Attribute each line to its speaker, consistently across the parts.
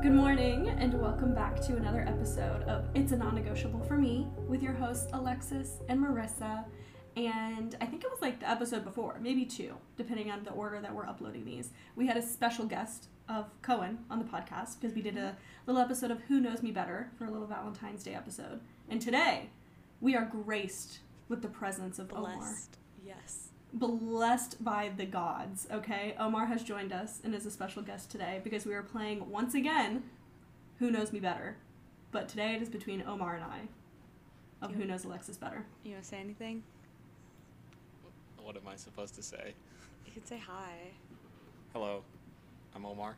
Speaker 1: Good morning, and welcome back to another episode of It's a Non Negotiable for Me with your hosts, Alexis and Marissa. And I think it was like the episode before, maybe two, depending on the order that we're uploading these. We had a special guest of Cohen on the podcast because we did a little episode of Who Knows Me Better for a little Valentine's Day episode. And today, we are graced with the presence of Omar.
Speaker 2: Blessed. Yes.
Speaker 1: blessed by the gods, okay? Omar has joined us and is a special guest today because we are playing once again Who Knows Me Better. But today it is between Omar and I of Who Knows Alexis Better.
Speaker 2: You want to say anything?
Speaker 3: What am I supposed to say?
Speaker 2: You could say hi.
Speaker 3: Hello, I'm Omar.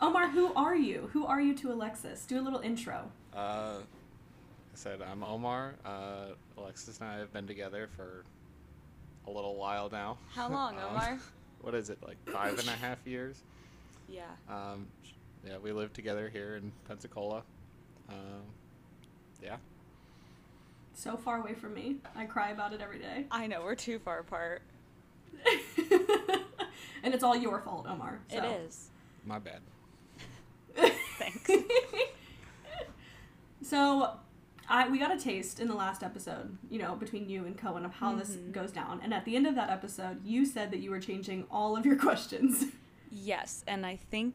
Speaker 1: Omar, who are you? Who are you to Alexis? Do a little intro.
Speaker 3: Uh, I said I'm Omar. Uh, Alexis and I have been together for a little while now.
Speaker 2: How long,
Speaker 3: Um,
Speaker 2: Omar?
Speaker 3: What is it, like five and a half years?
Speaker 2: Yeah.
Speaker 3: Um, yeah, we lived together here in Pensacola. Um, yeah.
Speaker 1: So far away from me. I cry about it every day.
Speaker 2: I know we're too far apart.
Speaker 1: and it's all your fault, Omar.
Speaker 2: It
Speaker 1: so.
Speaker 2: is.
Speaker 3: My bad.
Speaker 2: Thanks.
Speaker 1: so, I we got a taste in the last episode, you know, between you and Cohen of how this
Speaker 2: Mm-hmm.
Speaker 1: goes down. And at the end of that episode, you said that you were changing all of your questions.
Speaker 2: Yes, and I think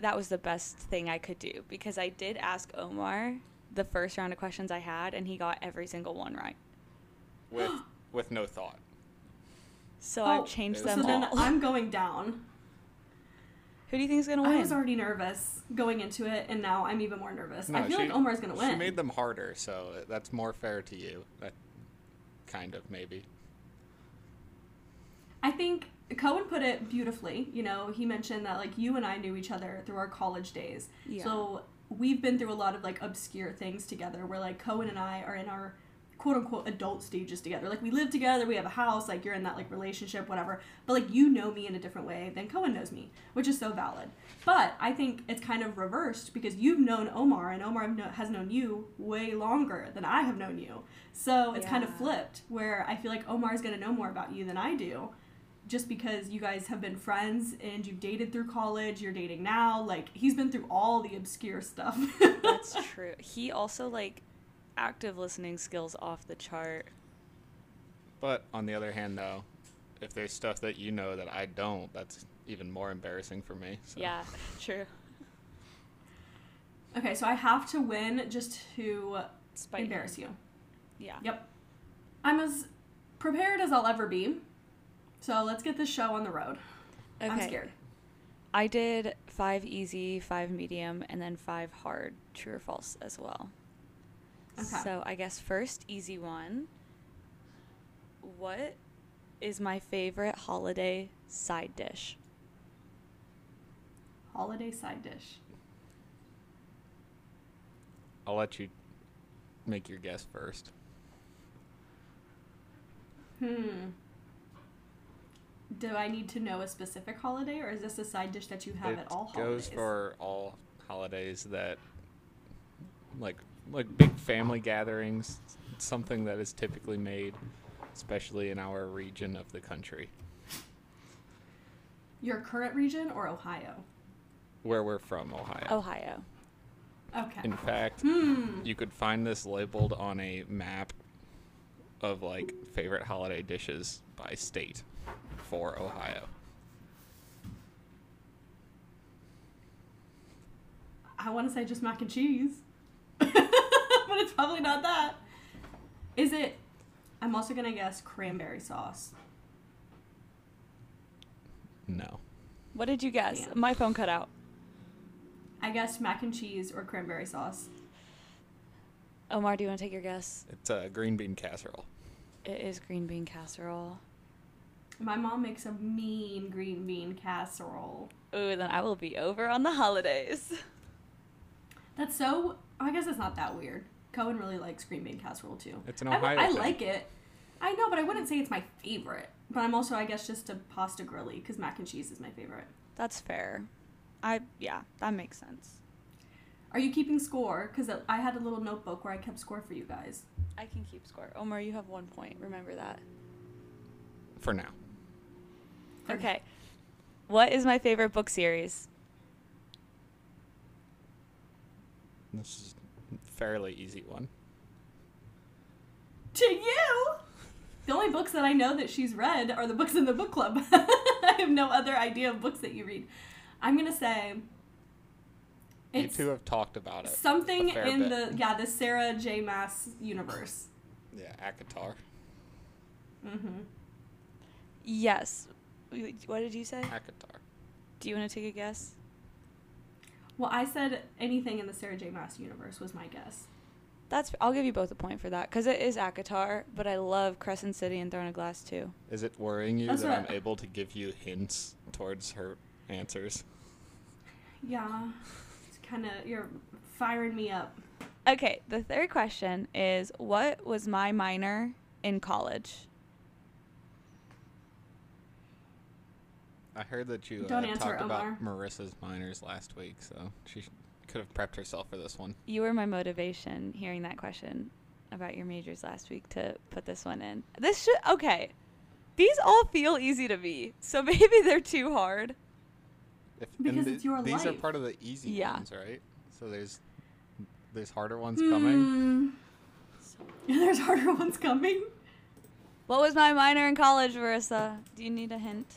Speaker 2: that was the best thing I could do because I did ask Omar the first round of questions I had, and he got every single one right.
Speaker 3: With with no thought.
Speaker 2: So
Speaker 1: Oh,
Speaker 2: I've changed
Speaker 3: so
Speaker 2: them
Speaker 1: so then
Speaker 2: all.
Speaker 1: I'm going down.
Speaker 2: Who do you think is gonna
Speaker 1: I
Speaker 2: win?
Speaker 1: was already nervous going into it, and now I'm even more nervous. I
Speaker 3: No,
Speaker 1: feel
Speaker 3: she-
Speaker 1: like Omar's gonna win.
Speaker 3: She made them harder, so that's more fair to you. That kind of maybe.
Speaker 1: I think Cohen put it beautifully. You know, he mentioned that like you and I knew each other through our college days.
Speaker 2: Yeah.
Speaker 1: So we've been through a lot of like obscure things together where like Cohen and I are in our quote unquote adult stages together. Like we live together, we have a house, like you're in that like relationship, whatever. But like you know me in a different way than Cohen knows me, which is so valid. But I think it's kind of reversed because you've known Omar and Omar have kno- has known you way longer than I have known you. So it's kind of
Speaker 2: Yeah.
Speaker 1: flipped where I feel like Omar's going to know more about you than I do just because you guys have been friends and you've dated through college, you're dating now. Like he's been through all the obscure stuff.
Speaker 2: That's true. He also like active listening skills off the chart.
Speaker 3: But on the other hand, though, if there's stuff that you know that I don't, that's even more embarrassing for me. So.
Speaker 2: Yeah, true.
Speaker 1: okay, so I have to win just to
Speaker 2: Spite.
Speaker 1: embarrass you.
Speaker 2: Yeah.
Speaker 1: Yep. I'm as prepared as I'll ever be. So let's get this show on the road. I'm scared.
Speaker 2: I did five easy, five medium, and then five hard, true or false as well.
Speaker 1: Okay.
Speaker 2: So I guess first easy one. What is my favorite holiday side dish?
Speaker 1: Holiday side dish.
Speaker 3: I'll let you make your guess first.
Speaker 1: Hmm. Do I need to know a specific holiday or is this a side dish that you have
Speaker 3: it
Speaker 1: at all holidays?
Speaker 3: goes for all holidays that, like, like big family gatherings. Something that is typically made, especially in our region of the country
Speaker 1: Your current region or Ohio?
Speaker 3: where we're from, Ohio.
Speaker 2: Ohio.
Speaker 1: Okay. Hmm.
Speaker 3: In fact, you could find this labeled on a map of like favorite holiday dishes by state for Ohio.
Speaker 1: I want to say just mac and cheese, but it's probably not that. Is it? I'm also gonna guess cranberry sauce.
Speaker 3: No.
Speaker 2: What did you guess?
Speaker 1: Yeah.
Speaker 2: My phone cut out.
Speaker 1: I guessed mac and cheese or cranberry sauce.
Speaker 2: Omar, do you want to take your guess?
Speaker 3: It's a green bean casserole.
Speaker 2: It is green bean casserole.
Speaker 1: My mom makes a mean green bean casserole.
Speaker 2: Ooh, then I will be over on the holidays.
Speaker 1: That's so. I guess it's not that weird. Cohen really likes green bean casserole too.
Speaker 3: It's an
Speaker 1: I w-
Speaker 3: Ohio
Speaker 1: I,
Speaker 3: thing.
Speaker 1: like it. I know, but I wouldn't say it's my favorite. But I'm also, I guess, just a pasta grilly because mac and cheese is my favorite.
Speaker 2: That's fair. I yeah, that makes sense.
Speaker 1: Are you keeping score? Because I had a little notebook where I kept score for you guys.
Speaker 2: I can keep score. Omar, you have one point. Remember that.
Speaker 3: For now.
Speaker 1: Okay.
Speaker 2: Okay. What is my favorite book series?
Speaker 3: This is a fairly easy one.
Speaker 1: To you! The only books that I know that she's read are the books in the book club. I have no other idea of books that you read. I'm gonna say it's
Speaker 3: you two have talked about it.
Speaker 1: something
Speaker 3: a fair
Speaker 1: in
Speaker 3: bit.
Speaker 1: the yeah the Sarah J. Mass universe.
Speaker 3: Yeah, Akatar.
Speaker 1: Mm-hmm.
Speaker 2: Yes. Wait, What did you say?
Speaker 3: Akatar.
Speaker 2: Do you want to take a guess?
Speaker 1: Well, I said anything in the Sarah J. Mass universe was my guess.
Speaker 2: That's. I'll give you both a point for that because it is Akatar, but I love Crescent City and Throne of Glass too.
Speaker 3: Is it worrying you
Speaker 1: That's
Speaker 3: that
Speaker 1: what-
Speaker 3: I'm able to give you hints towards her answers?
Speaker 1: Yeah, it's kind of you're firing me up.
Speaker 2: Okay. The third question is, what was my minor in college?
Speaker 3: I heard that you uh,
Speaker 1: Don't answer,
Speaker 3: talked
Speaker 1: Omar.
Speaker 3: about Marissa's minors last week, so she sh- could have prepped herself for this one.
Speaker 2: You were my motivation hearing that question about your majors last week to put this one in. This should okay. These all feel easy to me, so maybe they're too hard.
Speaker 3: If, and
Speaker 1: Because
Speaker 3: the-
Speaker 1: it's your
Speaker 3: these are
Speaker 1: life.
Speaker 3: part of the easy
Speaker 2: Yeah.
Speaker 3: ones, right? So there's there's harder ones coming.
Speaker 1: Hmm. There's harder ones coming.
Speaker 2: What was my minor in college, Marissa? Do you need a hint?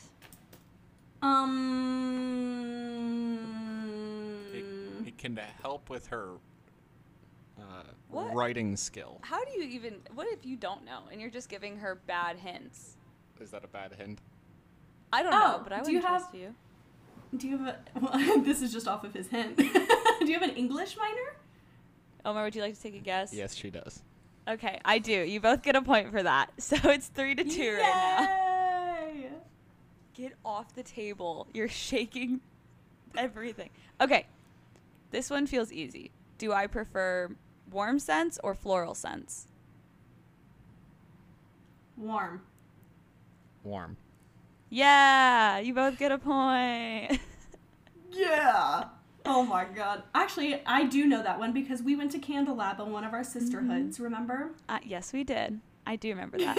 Speaker 1: Um.
Speaker 3: It can help with her uh,
Speaker 2: What?
Speaker 3: writing skill.
Speaker 2: How do you even? What if you don't know and you're just giving her bad hints?
Speaker 3: Is that a bad hint?
Speaker 2: I don't
Speaker 1: Oh,
Speaker 2: know, but I
Speaker 1: do you
Speaker 2: wouldn't
Speaker 1: have-
Speaker 2: trust you.
Speaker 1: Do you have a? Well, this is just off of his hint. Do you have an English minor?
Speaker 2: Omar, would you like to take a guess?
Speaker 3: Yes, she does.
Speaker 2: Okay, I do. You both get a point for that. So it's three to two right now.
Speaker 1: Yay!
Speaker 2: Get off the table. You're shaking everything. Okay. This one feels easy. Do I prefer warm scents or floral scents?
Speaker 1: Warm.
Speaker 3: Warm.
Speaker 2: Yeah, you both get a point.
Speaker 1: Yeah. Oh my god. Actually, I do know that one because we went to Candle Lab on one of our sisterhoods. Remember?
Speaker 2: uh, yes, we did. I do remember that.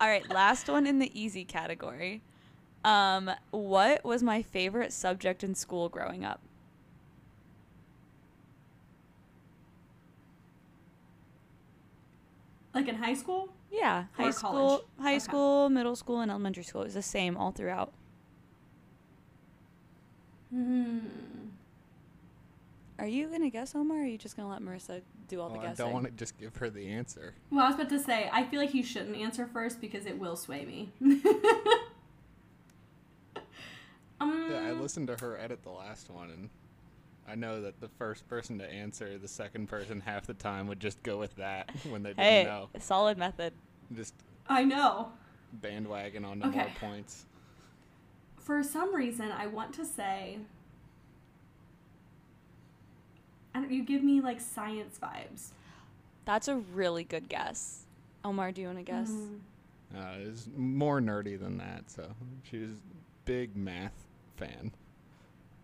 Speaker 2: All right, last one in the easy category. Um, what was my favorite subject in school growing up?
Speaker 1: like in high school.
Speaker 2: Yeah,
Speaker 1: Or
Speaker 2: high school,
Speaker 1: college.
Speaker 2: high
Speaker 1: Okay.
Speaker 2: school, middle school, and elementary school. It was the same all throughout. Mm-hmm.
Speaker 1: Hmm.
Speaker 2: Are you gonna guess, Omar? Or are you just gonna let Marissa do all the
Speaker 3: Well, Oh, I
Speaker 2: guessing?
Speaker 3: don't want to just give her the answer.
Speaker 1: Well, I was about to say, I feel like he shouldn't answer first because it will sway me. um,
Speaker 3: Yeah, I listened to her edit the last one, and I know that the first person to answer, the second person half the time would just go with that when they didn't
Speaker 2: hey,
Speaker 3: know.
Speaker 2: solid method.
Speaker 3: Just
Speaker 1: I know.
Speaker 3: bandwagon onto more
Speaker 1: Okay.
Speaker 3: points.
Speaker 1: For some reason, I want to say. I don't, you give me like science vibes.
Speaker 2: That's a really good guess. Omar, do you want to guess?
Speaker 1: Mm.
Speaker 3: Uh, it was more nerdy than that, so she was a big math fan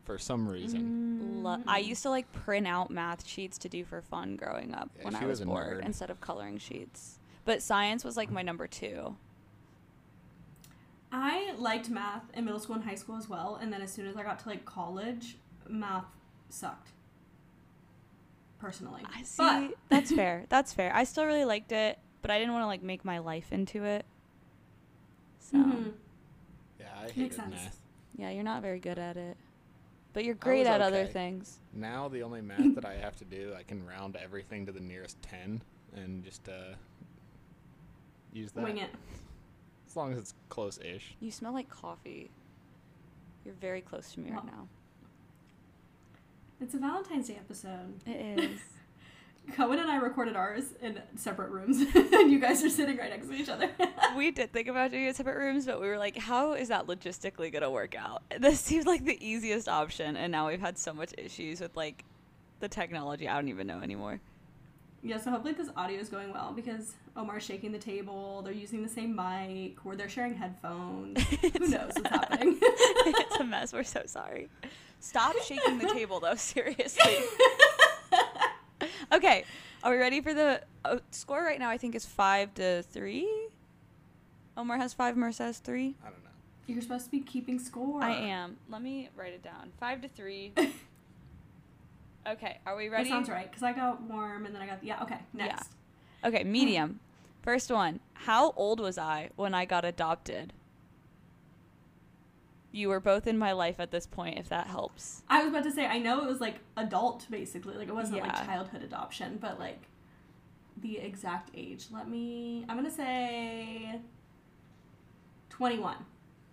Speaker 3: for some reason.
Speaker 2: Lo- I used to like print out math sheets to do for fun growing up
Speaker 3: Yeah,
Speaker 2: when
Speaker 3: she
Speaker 2: I
Speaker 3: was
Speaker 2: was,
Speaker 3: a
Speaker 2: bored
Speaker 3: nerd.
Speaker 2: instead of coloring sheets. But science was like my number two.
Speaker 1: I liked math in middle school and high school as well, and then as soon as I got to like college, math sucked. Personally,
Speaker 2: I see.
Speaker 1: But-
Speaker 2: That's fair. That's fair. I still really liked it, but I didn't want to like make my life into it. So
Speaker 1: Mhm.
Speaker 3: Yeah, I hated
Speaker 1: Makes sense.
Speaker 3: math.
Speaker 2: yeah, you're not very good at it, but you're great
Speaker 3: was
Speaker 2: at other
Speaker 3: okay.
Speaker 2: things.
Speaker 3: Now the only math that I have to do, I can round everything to the nearest ten and just uh, use that.
Speaker 1: wing it.
Speaker 3: As long as it's close-ish.
Speaker 2: You smell like coffee. You're very close to me right
Speaker 1: Well,
Speaker 2: now.
Speaker 1: It's a Valentine's Day episode.
Speaker 2: It is.
Speaker 1: Cohen and I recorded ours in separate rooms, and you guys are sitting right next to each other.
Speaker 2: we did think about doing it separate rooms, but we were like, how is that logistically going to work out? This seemed like the easiest option, and now we've had so much issues with like the technology. I don't even know anymore.
Speaker 1: yeah, so hopefully this audio is going well because Omar's shaking the table. They're using the same mic, or they're sharing headphones. Who knows what's happening?
Speaker 2: it's a mess. We're so sorry. Stop shaking the table, though. Seriously. okay. Are we ready for the uh, score right now? I think is five to three. Omar has five. Marissa has three.
Speaker 3: I don't know.
Speaker 1: You're supposed to be keeping score.
Speaker 2: I am. Let me write it down. Five to three. Okay, are we
Speaker 1: That
Speaker 2: ready?
Speaker 1: sounds right. Because I got warm and then I got, yeah, okay,
Speaker 2: Yeah.
Speaker 1: next.
Speaker 2: Okay, medium. First one. How old was I when I got adopted? You were both in my life at this point, if that helps.
Speaker 1: I was about to say, I know it was like adult, basically. Like it wasn't
Speaker 2: Yeah.
Speaker 1: like childhood adoption, but like the exact age. Let me, I'm going to say 21.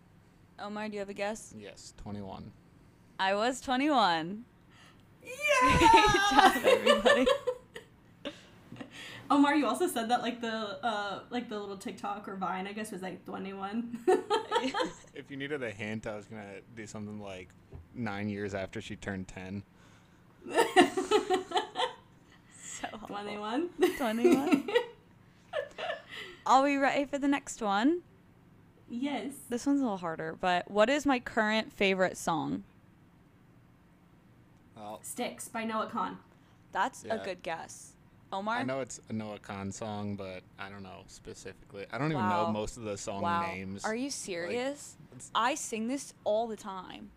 Speaker 2: Omar, do you have a guess?
Speaker 3: Yes, 21.
Speaker 2: I was 21.
Speaker 1: Yeah!
Speaker 2: job, everybody.
Speaker 1: Omar, you also said that like the uh like the little TikTok or Vine, I guess, was like 21.
Speaker 3: If you needed a hint, I was going to do something like nine years after she turned 10.
Speaker 2: So helpful.
Speaker 1: 21.
Speaker 2: 21. Are we ready for the next one?
Speaker 1: yes.
Speaker 2: This one's a little harder, but what is my current favorite song?
Speaker 3: Well,
Speaker 1: Sticks by Noah Khan.
Speaker 2: That's a
Speaker 3: Yeah.
Speaker 2: good guess. Omar?
Speaker 3: I know it's a Noah Khan song, but I don't know specifically. I don't even
Speaker 2: Wow.
Speaker 3: know most of the song
Speaker 2: wow.
Speaker 3: names.
Speaker 2: Are you serious?
Speaker 3: it's-
Speaker 2: I sing this all the time.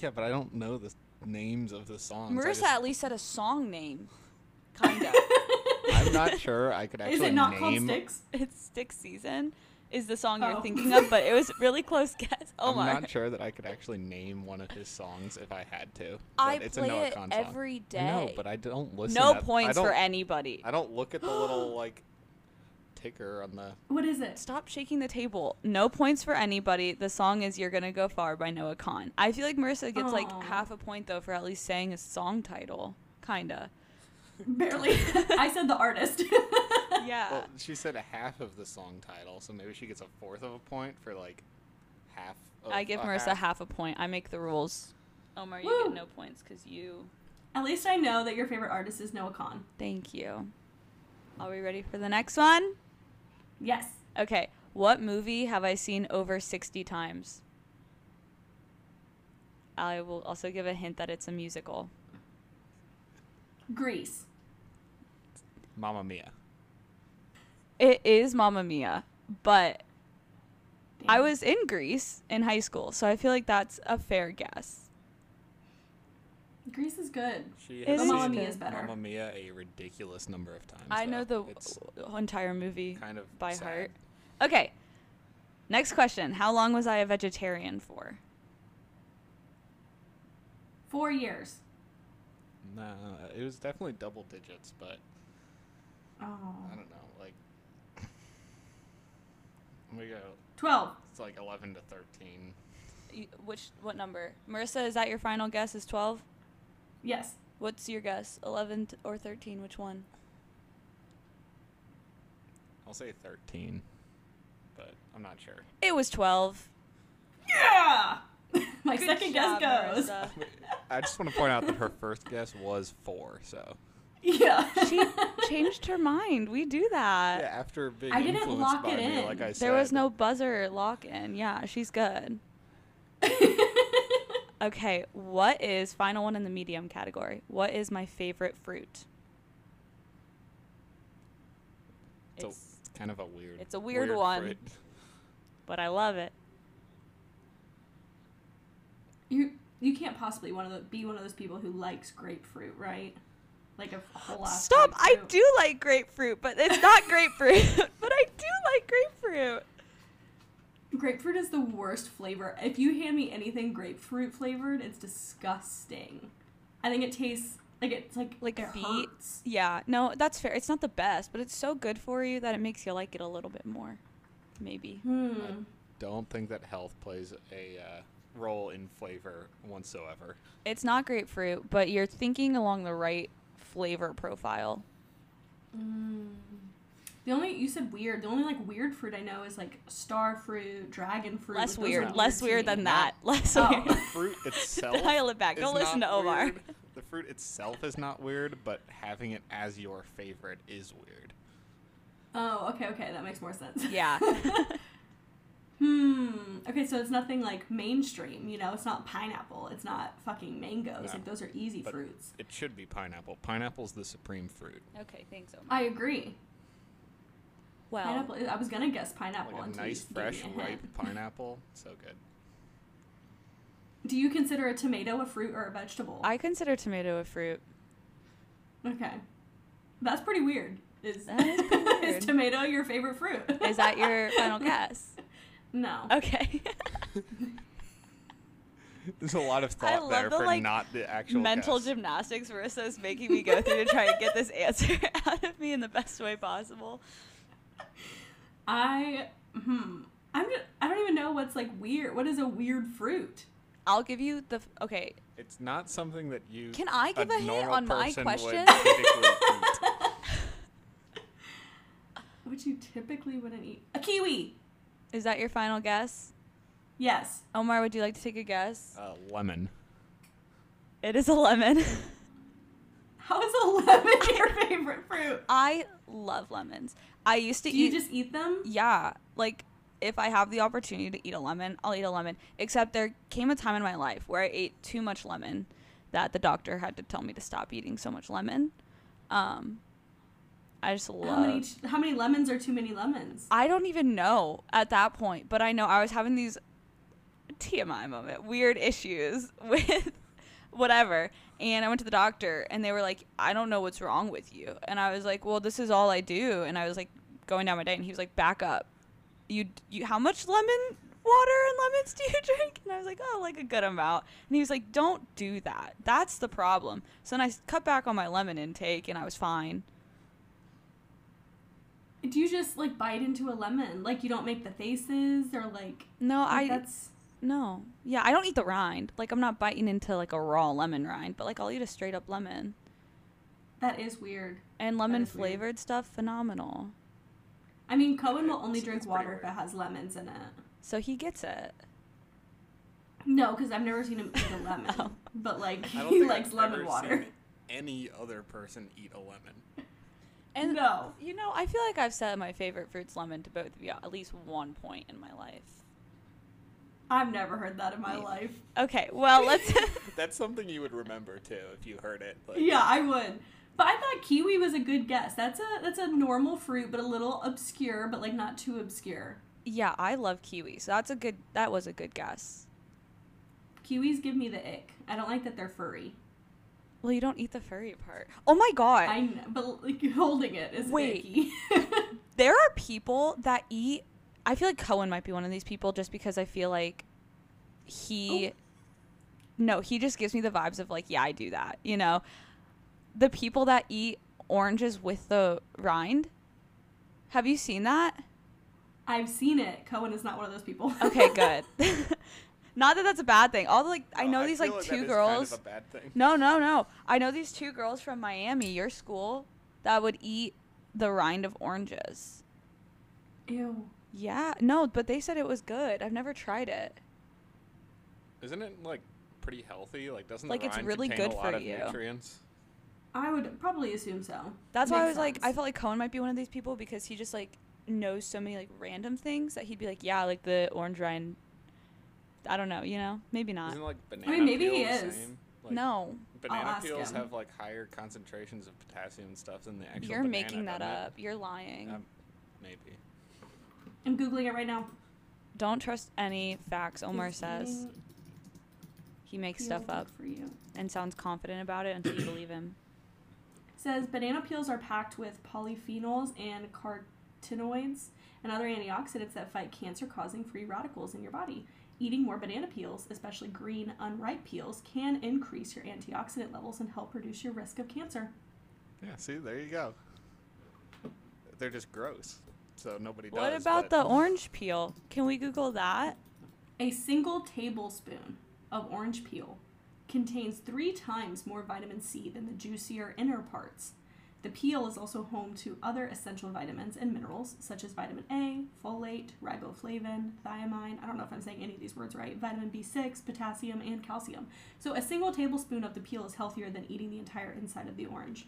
Speaker 3: Yeah, but I don't know the names of the songs. I
Speaker 2: Marissa
Speaker 3: just-
Speaker 2: at least said a song name. Kind of.
Speaker 3: I'm not sure I could actually
Speaker 1: Is it not called
Speaker 3: name.
Speaker 1: Sticks?
Speaker 2: it's Stick Season is the song
Speaker 1: Oh.
Speaker 2: you're thinking of, but it was a really close guess. Oh Omar.
Speaker 3: I'm not sure that I could actually name one of his songs if I had to.
Speaker 2: I
Speaker 3: but it's
Speaker 2: play
Speaker 3: a Noah
Speaker 2: it
Speaker 3: Khan
Speaker 2: every
Speaker 3: song. I know,
Speaker 2: day.
Speaker 3: but I don't listen.
Speaker 2: no
Speaker 3: I- I
Speaker 2: points for
Speaker 3: don't-
Speaker 2: anybody.
Speaker 3: I don't look at the little like ticker on the.
Speaker 1: What is it?
Speaker 2: Stop shaking the table. No points for anybody. The song is You're Gonna Go Far by Noah Khan. I feel like Marissa gets like
Speaker 1: Aw.
Speaker 2: half a point though for at least saying a song title. Kinda.
Speaker 1: Barely. I said the artist.
Speaker 2: Yeah.
Speaker 3: Well, she said a half of the song title, so maybe she gets a fourth of a point for like half. Of
Speaker 2: I give
Speaker 3: a
Speaker 2: Marissa half.
Speaker 3: half.
Speaker 2: a point. I make the rules. Omar, you
Speaker 1: Woo.
Speaker 2: get no points because you.
Speaker 1: At least I know that your favorite artist is Noah Khan.
Speaker 2: Thank you. Are we ready for the next one?
Speaker 1: Yes.
Speaker 2: Okay. What movie have I seen over 60 times? I will also give a hint that it's a musical.
Speaker 1: Greece.
Speaker 3: Mamma Mia.
Speaker 2: It is Mamma Mia, but I was in Greece in high school, so I feel like that's a fair guess.
Speaker 1: Greece is good.
Speaker 3: She
Speaker 2: It
Speaker 1: is
Speaker 3: has
Speaker 1: Mamma
Speaker 3: seen
Speaker 1: Mia is better.
Speaker 3: Mamma Mia a ridiculous number of times.
Speaker 2: I know the
Speaker 3: though. It's
Speaker 2: entire movie
Speaker 3: kind of
Speaker 2: by
Speaker 3: sad.
Speaker 2: heart. Okay. Next question. How long was I a vegetarian for?
Speaker 1: Four years.
Speaker 3: Nah, it was definitely double digits, but
Speaker 1: Oh.
Speaker 3: I don't know. Like, we go.
Speaker 1: Twelve.
Speaker 3: It's like eleven to thirteen.
Speaker 2: You- Which what number? Marissa, is that your final guess is 12?
Speaker 1: Yes.
Speaker 2: What's your guess? 11 t- or 13? Which one?
Speaker 3: I'll say thirteen, but I'm not sure.
Speaker 2: It was 12.
Speaker 1: Yeah. My
Speaker 2: Good
Speaker 1: second
Speaker 2: job,
Speaker 1: guess goes.
Speaker 2: Marissa.
Speaker 3: I just want to point out that her first guess was four. So
Speaker 1: Yeah.
Speaker 2: she changed her mind. We do that.
Speaker 3: yeah, after being
Speaker 1: I didn't
Speaker 3: influenced
Speaker 1: lock
Speaker 3: by
Speaker 1: it
Speaker 3: me,
Speaker 1: in.
Speaker 3: like I said,
Speaker 2: There was no buzzer lock in. Yeah, she's good. okay, what is final one in the medium category? What is my favorite fruit?
Speaker 3: It's, a-
Speaker 2: It's-
Speaker 3: it's kind of a weird.
Speaker 2: it's a weird one.
Speaker 3: fruit.
Speaker 2: but I love it.
Speaker 1: you you can't possibly one of the, be one of those people who likes grapefruit, right? Like a whole lot.
Speaker 2: Stop! I do like grapefruit, but it's not grapefruit. but I do like grapefruit.
Speaker 1: Grapefruit is the worst flavor. If you hand me anything grapefruit flavored, it's disgusting. I think it tastes like it's like
Speaker 2: Like
Speaker 1: it
Speaker 2: beet?
Speaker 1: hurts.
Speaker 2: Yeah, no, that's fair. It's not the best, but it's so good for you that it makes you like it a little bit more. Maybe.
Speaker 1: Hmm.
Speaker 3: Don't think that health plays a uh, role in flavor whatsoever.
Speaker 2: It's not grapefruit, but you're thinking along the right flavor profile.
Speaker 1: Mm. The only you said weird. The only like weird fruit I know is like star fruit, dragon fruit.
Speaker 2: Less
Speaker 1: like, those are
Speaker 2: weird. Less
Speaker 1: to
Speaker 2: weird
Speaker 1: me.
Speaker 2: than that. Less
Speaker 1: Oh.
Speaker 2: weird.
Speaker 3: Fruit itself.
Speaker 2: Dial it back.
Speaker 3: is
Speaker 2: Don't listen
Speaker 3: not
Speaker 2: to Omar.
Speaker 3: weird. The fruit itself is not weird, but having it as your favorite is weird.
Speaker 1: Oh, okay, okay, that makes more sense.
Speaker 2: Yeah.
Speaker 1: Hmm. Okay, so it's nothing like mainstream. You know, it's not pineapple. It's not fucking mangoes.
Speaker 3: No.
Speaker 1: Like those are easy
Speaker 3: But-
Speaker 1: fruits.
Speaker 3: It should be pineapple. Pineapple's the supreme fruit.
Speaker 2: okay, thanks, Omar.
Speaker 1: I agree.
Speaker 2: Well,
Speaker 1: Pineapple. I was gonna guess pineapple.
Speaker 3: Like a
Speaker 1: until you
Speaker 3: nice,
Speaker 1: gave me
Speaker 3: fresh,
Speaker 1: a
Speaker 3: ripe
Speaker 1: hint.
Speaker 3: pineapple. So good.
Speaker 1: Do you consider a tomato a fruit or a vegetable?
Speaker 2: I consider tomato a fruit.
Speaker 1: okay, that's pretty weird. Is
Speaker 2: That is pretty weird.
Speaker 1: is tomato your favorite fruit?
Speaker 2: Is that Oh. your final guess?
Speaker 1: no.
Speaker 2: Okay.
Speaker 3: There's a lot of
Speaker 2: I
Speaker 3: thought
Speaker 2: love
Speaker 3: there
Speaker 2: the,
Speaker 3: for
Speaker 2: like,
Speaker 3: not the actual
Speaker 2: Mental
Speaker 3: guess.
Speaker 2: gymnastics Marissa's making me go through to try and get this answer out of me in the best way possible.
Speaker 1: I hmm. I'm just, I don't even know what's like weird. What is a weird fruit?
Speaker 2: I'll give you the f- okay.
Speaker 3: It's not something that you.
Speaker 2: Can I give a hint
Speaker 3: normal
Speaker 2: on my
Speaker 3: person would
Speaker 2: question?
Speaker 3: typically eat.
Speaker 1: Which you typically wouldn't eat. A kiwi.
Speaker 2: Is that your final guess?
Speaker 1: Yes.
Speaker 2: Omar, would you like to take a guess?
Speaker 3: Uh, lemon.
Speaker 2: It is a lemon.
Speaker 1: How is a lemon your favorite fruit?
Speaker 2: I love lemons. I used to
Speaker 1: Do you
Speaker 2: eat
Speaker 1: just eat them?
Speaker 2: yeah, like if I have the opportunity to eat a lemon, I'll eat a lemon. Except there came a time in my life where I ate too much lemon that the doctor had to tell me to stop eating so much lemon. Um, I just
Speaker 1: How many,
Speaker 2: love.
Speaker 1: how many lemons are too many lemons?
Speaker 2: I don't even know at that point, but I know I was having these TMI moment, weird issues with whatever. And I went to the doctor and they were like, I don't know what's wrong with you. And I was like, well, this is all I do. And I was like going down my day and he was like, back up. You, you how much lemon water and lemons do you drink? And I was like, oh, like a good amount. And he was like, don't do that. That's the problem. So then I s- cut back on my lemon intake and I was fine.
Speaker 1: Do you just like bite into a lemon? Like you don't make the faces or like,
Speaker 2: No,
Speaker 1: like,
Speaker 2: I
Speaker 1: that's
Speaker 2: No. Yeah, I don't eat the rind. Like I'm not biting into like a raw lemon rind, but like I'll eat a straight up lemon.
Speaker 1: that is weird.
Speaker 2: And lemon
Speaker 1: is weird.
Speaker 2: flavored stuff phenomenal.
Speaker 1: I mean, Cohen will
Speaker 3: It's-
Speaker 1: only
Speaker 3: it's
Speaker 1: drink
Speaker 3: pretty
Speaker 1: water
Speaker 3: weird.
Speaker 1: if it has lemons in it.
Speaker 2: So he gets it.
Speaker 1: No, because I've never seen him eat a lemon.
Speaker 2: Oh.
Speaker 1: But like
Speaker 3: I don't
Speaker 1: he
Speaker 3: think
Speaker 1: likes
Speaker 3: I've
Speaker 1: lemon
Speaker 3: ever
Speaker 1: water.
Speaker 3: seen any other person eat a lemon?
Speaker 2: And
Speaker 1: No.
Speaker 2: you know, I feel like I've said my favorite fruit's lemon to both of you at least one point in my life.
Speaker 1: I've never heard that in my
Speaker 2: Me-
Speaker 1: life.
Speaker 2: Okay, well let's
Speaker 3: That's something you would remember too if you heard it. Like,
Speaker 1: Yeah, I would. But I thought kiwi was a good guess. That's a that's a normal fruit, but a little obscure, but like not too obscure.
Speaker 2: Yeah, I love kiwi, so that's a good that was a good guess.
Speaker 1: Kiwis give me the ick. I don't like that they're furry.
Speaker 2: Well you don't eat the furry part. Oh my god.
Speaker 1: I know, but like holding it is
Speaker 2: Wait.
Speaker 1: icky.
Speaker 2: there are people that eat i feel like cohen might be one of these people just because i feel like he no he just gives me the vibes of like yeah i do that you know the people that eat oranges with the rind have you seen that
Speaker 1: I've seen it. Cohen is not one of those people.
Speaker 2: okay good not that that's a bad thing all the like i
Speaker 3: Oh,
Speaker 2: know these
Speaker 3: feel
Speaker 2: like
Speaker 3: that
Speaker 2: two
Speaker 3: is
Speaker 2: girls
Speaker 3: Kind of a bad thing.
Speaker 2: no no no i know these two girls from miami your school that would eat the rind of oranges
Speaker 1: Ew.
Speaker 2: Yeah, no, but they said it was good. I've never tried it.
Speaker 3: Isn't it like pretty healthy? Like doesn't
Speaker 2: Like,
Speaker 3: the
Speaker 2: it's
Speaker 3: rind
Speaker 2: really
Speaker 3: contain
Speaker 2: good
Speaker 3: a
Speaker 2: for
Speaker 3: lot of
Speaker 2: you.
Speaker 3: nutrients?
Speaker 1: I would probably assume so.
Speaker 2: That's why I was
Speaker 1: Makes
Speaker 2: like, I
Speaker 1: sense.
Speaker 2: felt like Cohen might be one of these people because he just like knows so many like random things that he'd be like, yeah, like the orange rind. I don't know, you know, maybe not.
Speaker 3: Isn't like banana
Speaker 1: maybe
Speaker 3: peel
Speaker 1: he
Speaker 3: the
Speaker 1: is.
Speaker 3: same? Like,
Speaker 2: no,
Speaker 3: Banana
Speaker 1: ask
Speaker 3: peels
Speaker 1: him.
Speaker 3: have like higher concentrations of potassium and stuff than the actual.
Speaker 2: you're
Speaker 3: banana,
Speaker 2: making that
Speaker 3: doesn't
Speaker 2: up. You're lying.
Speaker 3: it? Um, maybe.
Speaker 1: I'm googling it right now.
Speaker 2: don't trust any facts Omar says.
Speaker 1: Eating
Speaker 2: He makes
Speaker 1: peel
Speaker 2: stuff up
Speaker 1: for you.
Speaker 2: and sounds confident about it until you believe him.
Speaker 1: says banana peels are packed with polyphenols and carotenoids and other antioxidants that fight cancer causing free radicals in your body. Eating more banana peels, especially green, unripe peels, can increase your antioxidant levels and help reduce your risk of cancer.
Speaker 3: Yeah. See, there you go. They're just gross, so nobody
Speaker 2: what
Speaker 3: does.
Speaker 2: about
Speaker 3: but
Speaker 2: the orange peel? Can we Google that?
Speaker 1: A single tablespoon of orange peel contains three times more vitamin C than the juicier inner parts. The peel is also home to other essential vitamins and minerals such as vitamin A, folate, riboflavin, thiamine. I don't know if I'm saying any of these words right. Vitamin B6, potassium, and calcium. So a single tablespoon of the peel is healthier than eating the entire inside of the orange.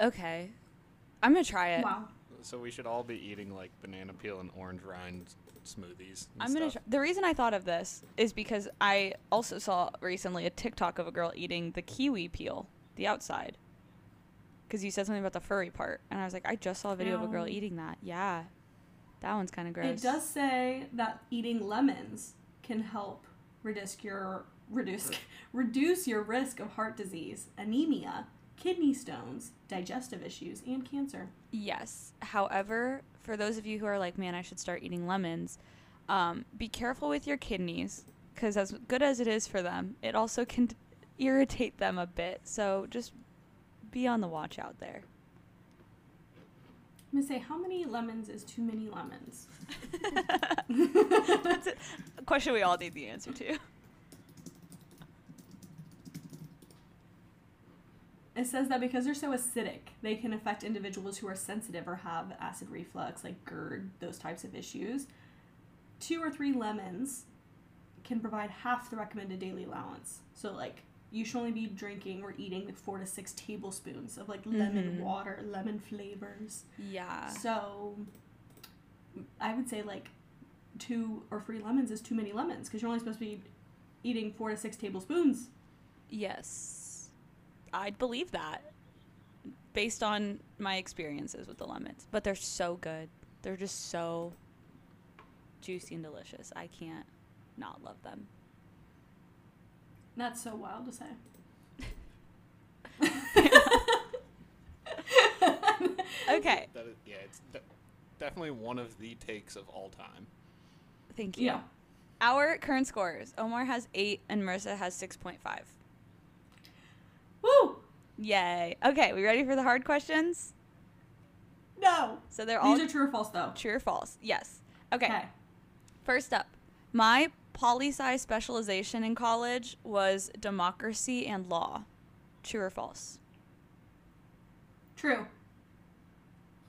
Speaker 2: Okay. I'm going to try it.
Speaker 1: Wow.
Speaker 3: So we should all be eating like banana peel and orange rind smoothies. And
Speaker 2: I'm gonna.
Speaker 3: stuff.
Speaker 2: Tr- the reason I thought of this is because I also saw recently a TikTok of a girl eating the kiwi peel, the outside, because you said something about the furry part, and I was like, I just saw a video of a girl
Speaker 1: Ow.
Speaker 2: eating that. Yeah, that one's kind of gross.
Speaker 1: Oh. It does say that eating lemons can help reduce your reduce reduce your risk of heart disease, anemia, kidney stones, digestive issues, and cancer.
Speaker 2: Yes. However, for those of you who are like, man, I should start eating lemons, um, be careful with your kidneys because as good as it is for them, it also can d- irritate them a bit. So just be on the watch out there.
Speaker 1: I'm gonna say how many lemons is too many lemons?
Speaker 2: That's a a question we all need the answer to.
Speaker 1: It says that because they're so acidic, they can affect individuals who are sensitive or have acid reflux, like GERD, those types of issues. Two or three lemons can provide half the recommended daily allowance. So, like, you should only be drinking or eating like four to six tablespoons of like lemon
Speaker 2: Mhm.
Speaker 1: water, lemon flavors.
Speaker 2: Yeah.
Speaker 1: So, I would say like two or three lemons is too many lemons because you're only supposed to be eating four to six tablespoons.
Speaker 2: Yes. I'd believe that based on my experiences with the lemons. But they're so good. They're just so juicy and delicious. I can't not love them.
Speaker 1: That's so wild to say.
Speaker 2: Okay.
Speaker 3: That is, yeah, it's de- definitely one of the takes of all time.
Speaker 2: Thank you.
Speaker 1: Yeah.
Speaker 2: Our current scores Omar has eight and Marissa has 6.5.
Speaker 1: Woo!
Speaker 2: Yay. Okay, we ready for the hard questions?
Speaker 1: No.
Speaker 2: So they're all
Speaker 1: These are true or false though.
Speaker 2: true or false. Yes. okay. First up, my poli sci specialization in college was democracy and law. True or false?
Speaker 1: True.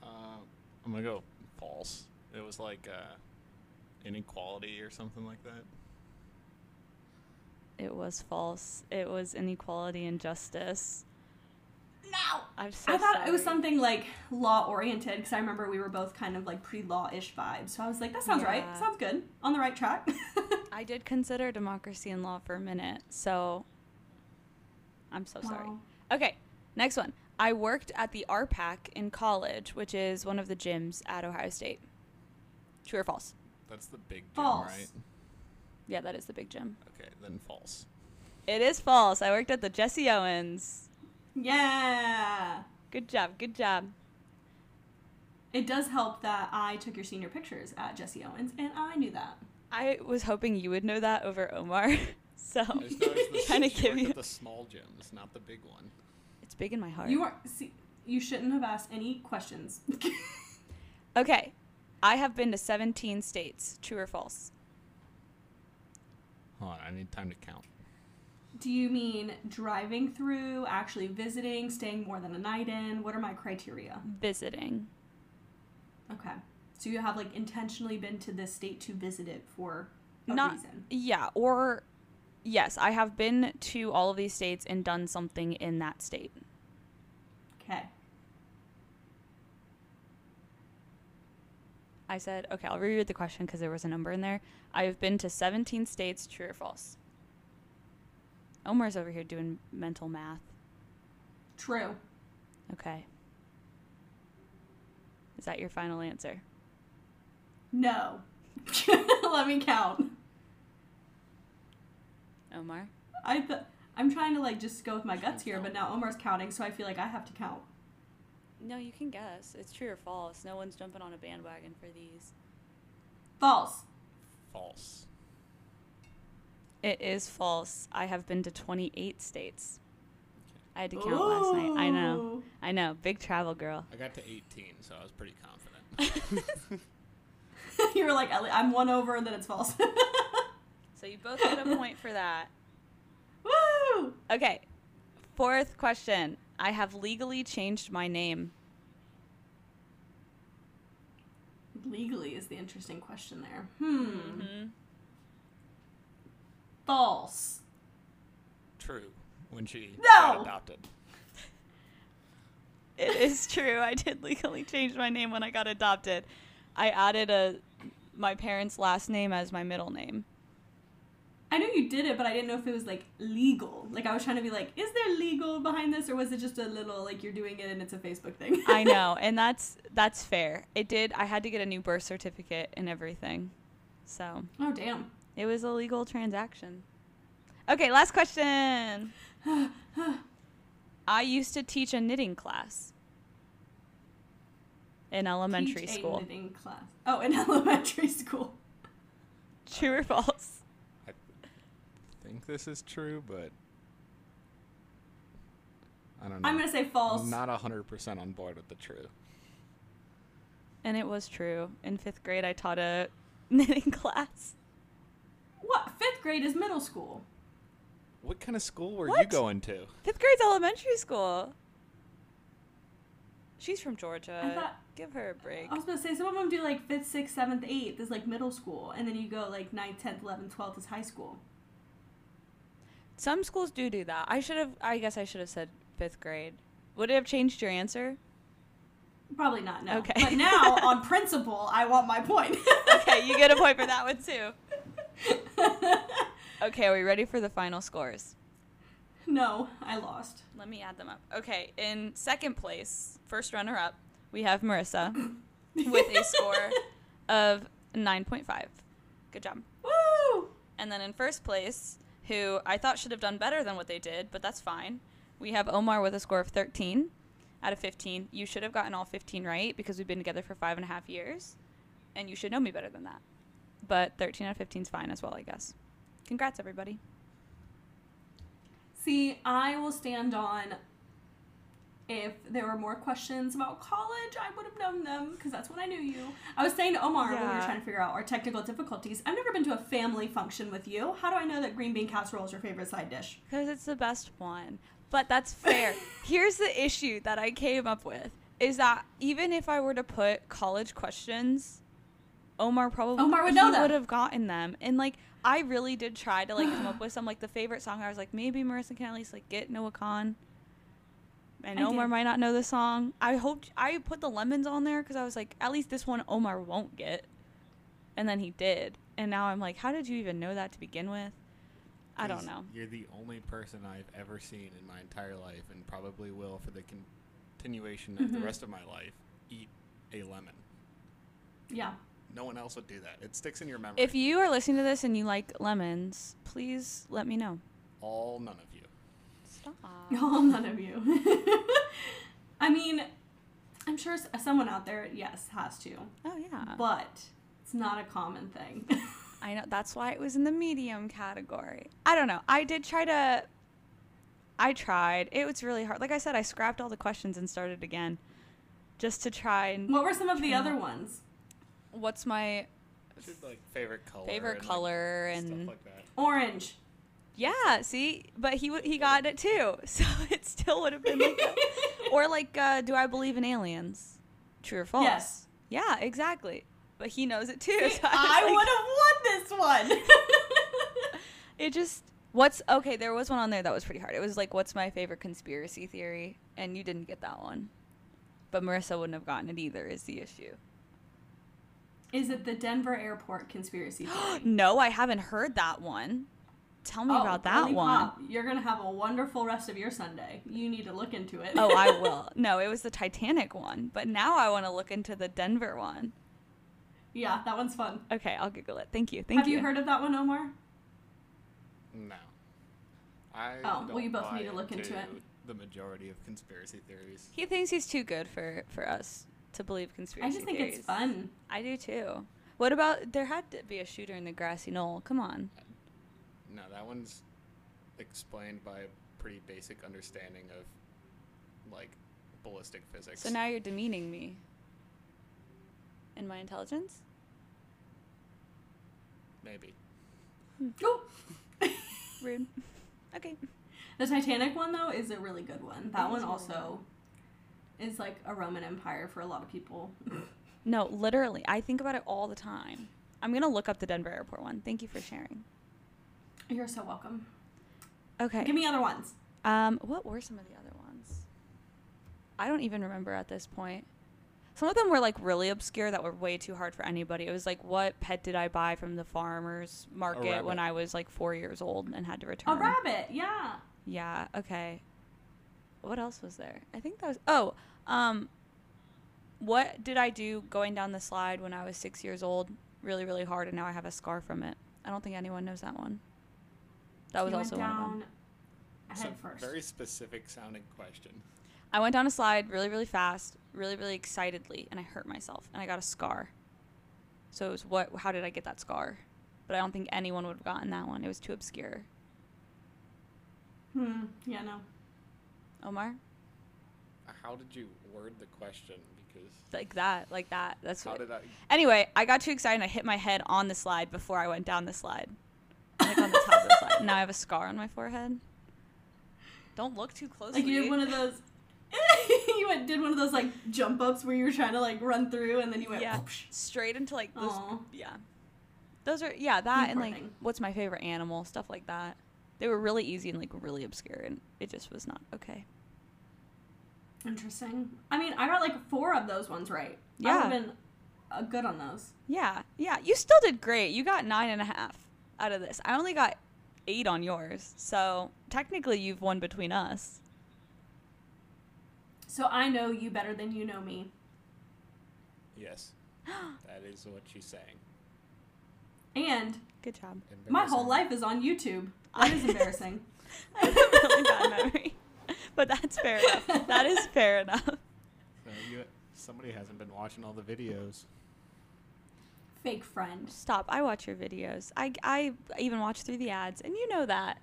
Speaker 3: Uh, I'm gonna go false. It was like uh, inequality or something like that.
Speaker 2: It was false. It was inequality and justice.
Speaker 1: No.
Speaker 2: I'm so
Speaker 1: I thought it was
Speaker 2: sorry.
Speaker 1: something like law oriented because I remember we were both kind of like pre law ish vibes. So I was like, that sounds
Speaker 2: Yeah.
Speaker 1: right. Sounds good. On the right track.
Speaker 2: I did consider democracy and law for a minute, so I'm so sorry.
Speaker 1: Wow.
Speaker 2: Okay, next one. I worked at the RPAC in college, which is one of the gyms at Ohio State. True or false?
Speaker 3: That's the big gym,
Speaker 1: False.
Speaker 3: right?
Speaker 2: Yeah, that is the big gym.
Speaker 3: Okay, then false.
Speaker 2: It is false. I worked at the Jesse Owens.
Speaker 1: Yeah.
Speaker 2: Good job, good job.
Speaker 1: It does help that I took your senior pictures at Jesse Owens and I knew that.
Speaker 2: I was hoping you would know that over Omar. So
Speaker 3: I just noticed that
Speaker 2: Trying to
Speaker 3: she
Speaker 2: give
Speaker 3: worked
Speaker 2: you-
Speaker 3: at the small gyms, not the big one.
Speaker 2: it's big in my heart.
Speaker 1: You are see you shouldn't have asked any questions.
Speaker 2: okay. I have been to 17 states. True or false?
Speaker 3: Hold on, I need time to count.
Speaker 1: Do you mean driving through, actually visiting, staying more than a night in? What are my criteria?
Speaker 2: Visiting.
Speaker 1: Okay. So you have like intentionally been to this state to visit it for a
Speaker 2: Not
Speaker 1: reason.
Speaker 2: yeah, or yes, I have been to all of these states and done something in that state.
Speaker 1: Okay.
Speaker 2: I said, okay, I'll reread the question because there was a number in there. I have been to 17 states. True or false? Omar's over here doing mental math.
Speaker 1: True.
Speaker 2: Okay. Is that your final answer?
Speaker 1: No. Let me count.
Speaker 2: Omar?
Speaker 1: I th- I'm trying to like just go with my guts here,
Speaker 3: count.
Speaker 1: but now Omar's counting, so I feel like I have to count.
Speaker 2: No, you can guess. It's true or false. No one's jumping on a bandwagon for these.
Speaker 1: False.
Speaker 3: False.
Speaker 2: It is false. I have been to 28 states. I had to count last night. I know.
Speaker 1: Ooh.
Speaker 2: I know. Big travel girl.
Speaker 3: I got to 18, so I was pretty confident.
Speaker 1: you were like, "Ellie, I'm one over, and then it's false.
Speaker 2: So you both get a point for that.
Speaker 1: Woo!
Speaker 2: Okay. Fourth question. I have legally changed my name.
Speaker 1: Legally is the interesting question there. Hmm. False.
Speaker 3: True. When she
Speaker 1: No!
Speaker 3: got adopted.
Speaker 2: It is true. I did legally change my name when I got adopted. I added a my parents' last name as my middle name.
Speaker 1: I know you did it, but I didn't know if it was like legal. Like I was trying to be like, is there legal behind this, or was it just a little like you're doing it and it's a Facebook thing?
Speaker 2: I know, and that's that's fair. It did. I had to get a new birth certificate and everything, so
Speaker 1: oh damn.
Speaker 2: it was a legal transaction. Okay, last question. I used to teach a knitting class in elementary
Speaker 1: Teach a
Speaker 2: school.
Speaker 1: knitting class. Oh, in elementary school.
Speaker 2: True or false?
Speaker 3: think this is true, but I don't know.
Speaker 1: I'm gonna say false.
Speaker 3: I'm not hundred percent on board with the truth.
Speaker 2: And it was true. In fifth grade, I taught a knitting class.
Speaker 1: what? Fifth grade is middle school.
Speaker 3: What kind of school were you
Speaker 2: What?
Speaker 3: going to?
Speaker 2: Fifth grade's elementary school. She's from Georgia.
Speaker 1: I thought-
Speaker 2: Give her a break.
Speaker 1: I was gonna say some of them do like fifth, sixth, seventh, eighth is like middle school, and then you go like ninth, tenth, eleventh, twelfth is high school.
Speaker 2: Some schools do do that. I should have. I guess I should have said fifth grade. Would it have changed your answer?
Speaker 1: Probably not. No.
Speaker 2: Okay.
Speaker 1: But now, on principle, I want my point.
Speaker 2: Okay, you get a point for that one too. Okay, are we ready for the final scores?
Speaker 1: no, I lost.
Speaker 2: Let me add them up. Okay, in second place, first runner up, we have Marissa with a score of 9.5. Good job.
Speaker 1: Woo!
Speaker 2: And then in first place, who I thought should have done better than what they did, but that's fine. We have Omar with a score of 13 out of 15. You should have gotten all 15 right because we've been together for five and a half years, and you should know me better than that. But 13 out of 15 is fine as well, I guess. Congrats, everybody.
Speaker 1: See, I will stand on if there were more questions about college, I would have known them because that's when I knew you. I was saying to Omar when we were
Speaker 2: Yeah.
Speaker 1: trying to figure out our technical difficulties, I've never been to a family function with you. How do I know that green bean casserole is your favorite side dish?
Speaker 2: Because it's the best one. But that's fair. Here's the issue that I came up with is that even if I were to put college questions, Omar probably
Speaker 1: Omar would know
Speaker 2: he
Speaker 1: them.
Speaker 2: would have gotten them. And like I really did try to like come up with some like the favorite song. I was like maybe Marissa can at least like get Noah Khan. And
Speaker 1: I
Speaker 2: Omar
Speaker 1: did.
Speaker 2: might not know the song. I hoped I put the lemons on there because I was like, at least this one Omar won't get. And then he did. And now I'm like, how did you even know that to begin with? I don't
Speaker 3: 'Cause
Speaker 2: know.
Speaker 3: You're the only person I've ever seen in my entire life, and probably will for the continuation of the
Speaker 2: Mm-hmm.
Speaker 3: rest of my life, eat a lemon.
Speaker 1: Yeah.
Speaker 3: No one else would do that. It sticks in your memory.
Speaker 2: If you are listening to this and you like lemons, please let me know.
Speaker 3: All none of you.
Speaker 2: Stop.
Speaker 1: Oh, none of you. I mean, I'm sure s- someone out there, yes, has to,
Speaker 2: Oh yeah.
Speaker 1: but it's not a common thing.
Speaker 2: I know that's why it was in the medium category. I don't know. I did try to I tried. It was really hard. Like I said, I scrapped all the questions and started again just to try and
Speaker 1: what were some of the other ones?
Speaker 2: what's my
Speaker 3: Should, like favorite color.
Speaker 2: favorite
Speaker 3: and, like,
Speaker 2: color and
Speaker 3: stuff like that.
Speaker 1: Orange.
Speaker 2: Yeah, see, but he w- he got it too. So it still would have been like that. or like uh, do I believe in aliens? True or false?
Speaker 1: Yes.
Speaker 2: Yeah, exactly. But he knows it too. so
Speaker 1: I
Speaker 2: was like-
Speaker 1: would have won this one.
Speaker 2: It just what's okay. There was one on there that was pretty hard. It was like, what's my favorite conspiracy theory? And you didn't get that one, but Marissa wouldn't have gotten it either. Is the issue?
Speaker 1: Is it the Denver airport conspiracy theory?
Speaker 2: No, I haven't heard that one. Tell me
Speaker 1: Oh,
Speaker 2: about that
Speaker 1: Billy
Speaker 2: one.
Speaker 1: Pop, You're gonna have a wonderful rest of your Sunday. You need to look into it.
Speaker 2: oh, I will. No, it was the Titanic one, but now I want to look into the Denver one.
Speaker 1: yeah, that one's fun.
Speaker 2: Okay, I'll Google it. Thank you. Thank
Speaker 1: have you. heard of that one, Omar?
Speaker 3: No. I
Speaker 1: Oh, well,
Speaker 3: don't
Speaker 1: you both
Speaker 3: buy
Speaker 1: need to look into it.
Speaker 3: into The majority of conspiracy theories.
Speaker 2: He thinks he's too good for for us to believe conspiracy.
Speaker 1: I just think
Speaker 2: theories.
Speaker 1: it's fun.
Speaker 2: I do too. What about there had to be a shooter in the grassy knoll? Come on.
Speaker 3: No, that one's explained by a pretty basic understanding of like ballistic physics.
Speaker 2: So now you're demeaning me. And my intelligence?
Speaker 3: maybe.
Speaker 1: Oh,
Speaker 2: Rude. Okay.
Speaker 1: the Titanic one though is a really good one. That
Speaker 2: It
Speaker 1: one
Speaker 2: is a really
Speaker 1: also is like a Roman Empire for a lot of people.
Speaker 2: No, literally. I think about it all the time. I'm going to look up the Denver airport one. Thank you for sharing.
Speaker 1: You're so welcome.
Speaker 2: Okay.
Speaker 1: Give me other ones.
Speaker 2: Um, what were some of the other ones? I don't even remember at this point. Some of them were like really obscure that were way too hard for anybody. It was like, what pet did I buy from the farmer's market when
Speaker 3: rabbit.
Speaker 2: I was like four years old and had to return?
Speaker 1: A rabbit, yeah.
Speaker 2: Yeah. Okay. What else was there? I think that was. Oh, um, what did I do going down the slide when I was six years old? Really, really hard, and now I have a scar from it. I don't think anyone knows that one. That was
Speaker 1: You
Speaker 2: also
Speaker 1: went
Speaker 2: one of them.
Speaker 1: down
Speaker 3: It's a
Speaker 1: head first.
Speaker 3: very specific sounding question.
Speaker 2: I went down a slide really, really fast, really, really excitedly, and I hurt myself, and I got a scar. So it was what? How did I get that scar? But I don't think anyone would have gotten that one. It was too obscure.
Speaker 1: Hmm. Yeah, no.
Speaker 2: Omar,
Speaker 3: How did you word the question? Because
Speaker 2: like that, like that. That's
Speaker 3: how
Speaker 2: what.
Speaker 3: did I?
Speaker 2: Anyway, I got too excited and I hit my head on the slide before I went down the slide. Like on the top of the slide. Now I have a scar on my forehead. Don't look too closely.
Speaker 1: Like you did one of those. you went, did one of those like jump ups where you were trying to like run through, and then you went.
Speaker 2: Yeah.
Speaker 1: whoosh.
Speaker 2: Straight into like those.
Speaker 1: Aw.
Speaker 2: Yeah. Those are, yeah, that and like
Speaker 1: Important.
Speaker 2: what's my favorite animal, stuff like that. They were really easy and like really obscure and it just was not okay.
Speaker 1: Interesting. I mean, I got like four of those ones right.
Speaker 2: Yeah.
Speaker 1: I've been uh, good on those.
Speaker 2: Yeah, yeah. You still did great. You got nine and a half out of this. I only got eight on yours. So technically you've won between us.
Speaker 1: So I know you better than you know me.
Speaker 3: Yes, that is what she's saying.
Speaker 1: And
Speaker 2: Good job.
Speaker 1: my whole
Speaker 3: Embarrassing.
Speaker 1: life is on YouTube. That is embarrassing.
Speaker 2: I have a really bad memory. But that's fair enough. That is fair enough.
Speaker 3: Uh, you, somebody hasn't been watching all the videos.
Speaker 1: Fake friend.
Speaker 2: Stop. I watch your videos. I, I even watch through the ads, and you know that.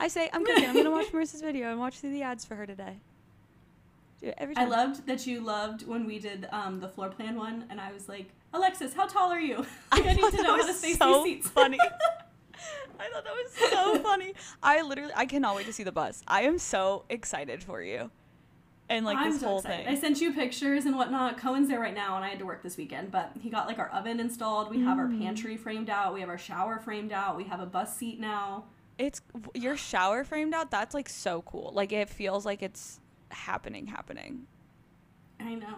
Speaker 2: I say, I'm cooking. I'm going to watch Marissa's video and watch through the ads for her today. Do it every
Speaker 1: I
Speaker 2: time.
Speaker 1: loved that you loved when we did um, the floor plan one, and I was like, Alexis, how tall are you? Like, I, need
Speaker 2: thought
Speaker 1: to
Speaker 2: that
Speaker 1: know how
Speaker 2: was
Speaker 1: to space
Speaker 2: so
Speaker 1: these seats.
Speaker 2: funny. I thought that was so funny. I literally, I cannot wait to see the bus. I am so excited for you. And like
Speaker 1: I'm
Speaker 2: this
Speaker 1: so
Speaker 2: whole
Speaker 1: excited. I
Speaker 2: thing.
Speaker 1: sent you pictures and whatnot. Cohen's there right now, and I had to work this weekend, but he got like our oven installed. We have our
Speaker 2: Mm.
Speaker 1: pantry framed out. We have our shower framed out. We have a bus seat now.
Speaker 2: It's your shower framed out. That's like so cool. Like it feels like it's happening, happening.
Speaker 1: I know.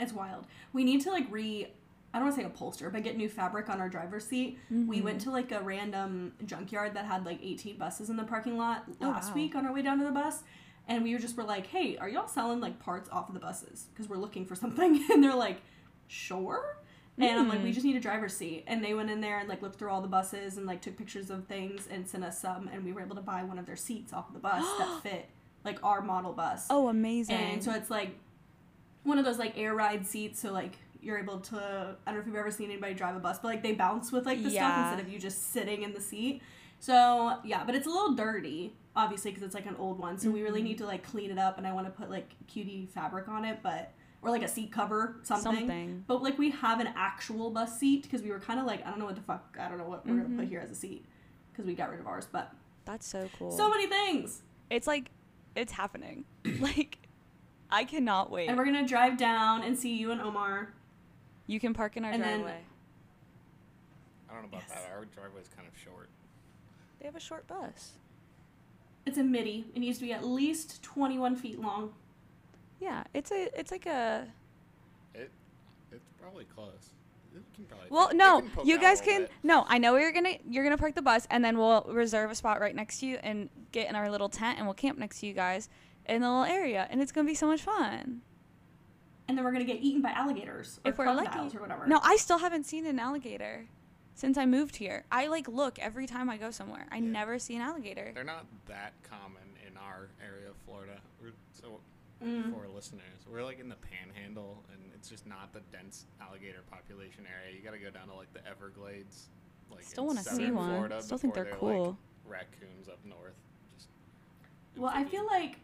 Speaker 1: It's wild. We need to like re I don't want to say upholster, but get new fabric on our driver's seat.
Speaker 2: Mm-hmm.
Speaker 1: We went to like a random junkyard that had like 18 buses in the parking lot
Speaker 2: Oh,
Speaker 1: last
Speaker 2: wow.
Speaker 1: week on our way down to the bus. And we were just were like, hey, are y'all selling like parts off of the buses? Because we're looking for something. And they're like, sure. And I'm
Speaker 2: Mm.
Speaker 1: like, we just need a driver's seat. And they went in there and like looked through all the buses and like took pictures of things and sent us some. And we were able to buy one of their seats off of the bus that fit like our model bus.
Speaker 2: Oh, amazing.
Speaker 1: And so it's like one of those like air ride seats, so like you're able to I don't know if you've ever seen anybody drive a bus, but like they bounce with like the
Speaker 2: Yeah.
Speaker 1: stuff instead of you just sitting in the seat. So yeah, but it's a little dirty, obviously, because it's like an old one. So we really
Speaker 2: Mm-hmm.
Speaker 1: need to like clean it up, and I want to put like cutie fabric on it, but or like a seat cover, something.
Speaker 2: Something.
Speaker 1: But like we have an actual bus seat because we were kind of like I don't know what the fuck I don't know what we're gonna
Speaker 2: Mm-hmm.
Speaker 1: put here as a seat because we got rid of ours, but
Speaker 2: That's so cool.
Speaker 1: so many things.
Speaker 2: it's like it's happening. like I cannot wait.
Speaker 1: And we're gonna drive down and see you and Omar.
Speaker 2: You can park in our
Speaker 1: and then-
Speaker 2: driveway.
Speaker 3: I don't know about
Speaker 1: Yes.
Speaker 3: that. Our driveway's kind of short.
Speaker 2: They have a short bus.
Speaker 1: It's a midi. It needs to be at least 21 feet long.
Speaker 2: Yeah, it's a it's like a
Speaker 3: It, it's probably close. It can probably.
Speaker 2: Well,
Speaker 3: it
Speaker 2: no,
Speaker 3: can poke
Speaker 2: you
Speaker 3: out a
Speaker 2: guys
Speaker 3: little
Speaker 2: can
Speaker 3: bit.
Speaker 2: No, I know where you're going to you're going to park the bus and then we'll reserve a spot right next to you and get in our little tent and we'll camp next to you guys in the little area and it's going to be so much fun.
Speaker 1: And then we're going to get eaten by alligators or
Speaker 2: if we're
Speaker 1: crocodiles
Speaker 2: lucky.
Speaker 1: or whatever.
Speaker 2: No, I still haven't seen an alligator since I moved here. I like look every time I go somewhere. I
Speaker 3: Yeah.
Speaker 2: never see an alligator.
Speaker 3: They're not that common in our area of Florida. We're so
Speaker 2: Mm.
Speaker 3: for our listeners, we're like in the Panhandle, and it's just not the dense alligator population area. You got to go down to like the Everglades. Like
Speaker 2: Still
Speaker 3: want
Speaker 2: wanna
Speaker 3: to
Speaker 2: see one. Still think they're cool.
Speaker 3: raccoons up north. Just
Speaker 1: well, I feel like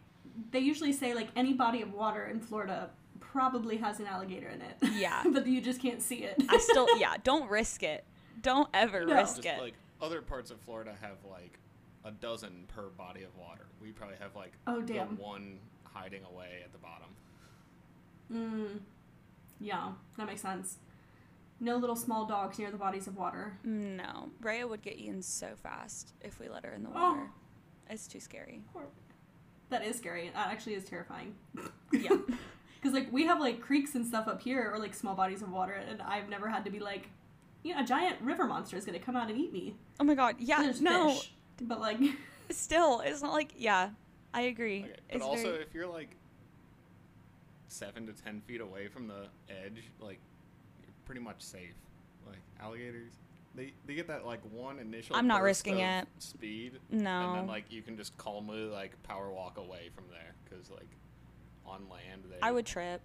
Speaker 1: they usually say like any body of water in Florida probably has an alligator in it.
Speaker 2: Yeah.
Speaker 1: but you just can't see it.
Speaker 2: I still, yeah, don't risk it. Don't ever
Speaker 1: No.
Speaker 2: risk
Speaker 3: just
Speaker 2: it.
Speaker 3: like other parts of Florida have like a dozen per body of water. We probably have like
Speaker 1: Oh,
Speaker 3: the
Speaker 1: damn.
Speaker 3: one hiding away at the bottom.
Speaker 1: mm. Yeah, that makes sense. No little small dogs near the bodies of water.
Speaker 2: no, Raya would get eaten so fast if we let her in the
Speaker 1: Oh.
Speaker 2: water. It's too scary.
Speaker 1: That is scary. That actually is terrifying.
Speaker 2: Yeah.
Speaker 1: Because like we have like creeks and stuff up here or like small bodies of water, and I've never had to be like, you know, a giant river monster is gonna come out and eat me.
Speaker 2: Oh my god. Yeah.
Speaker 1: There's
Speaker 2: no. Oh,
Speaker 1: fish, but like,
Speaker 2: Still, it's not like yeah. I agree.
Speaker 3: Okay, but
Speaker 2: it's
Speaker 3: also,
Speaker 2: very-
Speaker 3: if you're like seven to ten feet away from the edge, like you're pretty much safe. Like alligators, they they get that like one initial.
Speaker 2: I'm not
Speaker 3: burst
Speaker 2: risking
Speaker 3: of
Speaker 2: it.
Speaker 3: Speed. And
Speaker 2: no.
Speaker 3: then like you can just calmly like power walk away from there because like on land they.
Speaker 2: I would trip.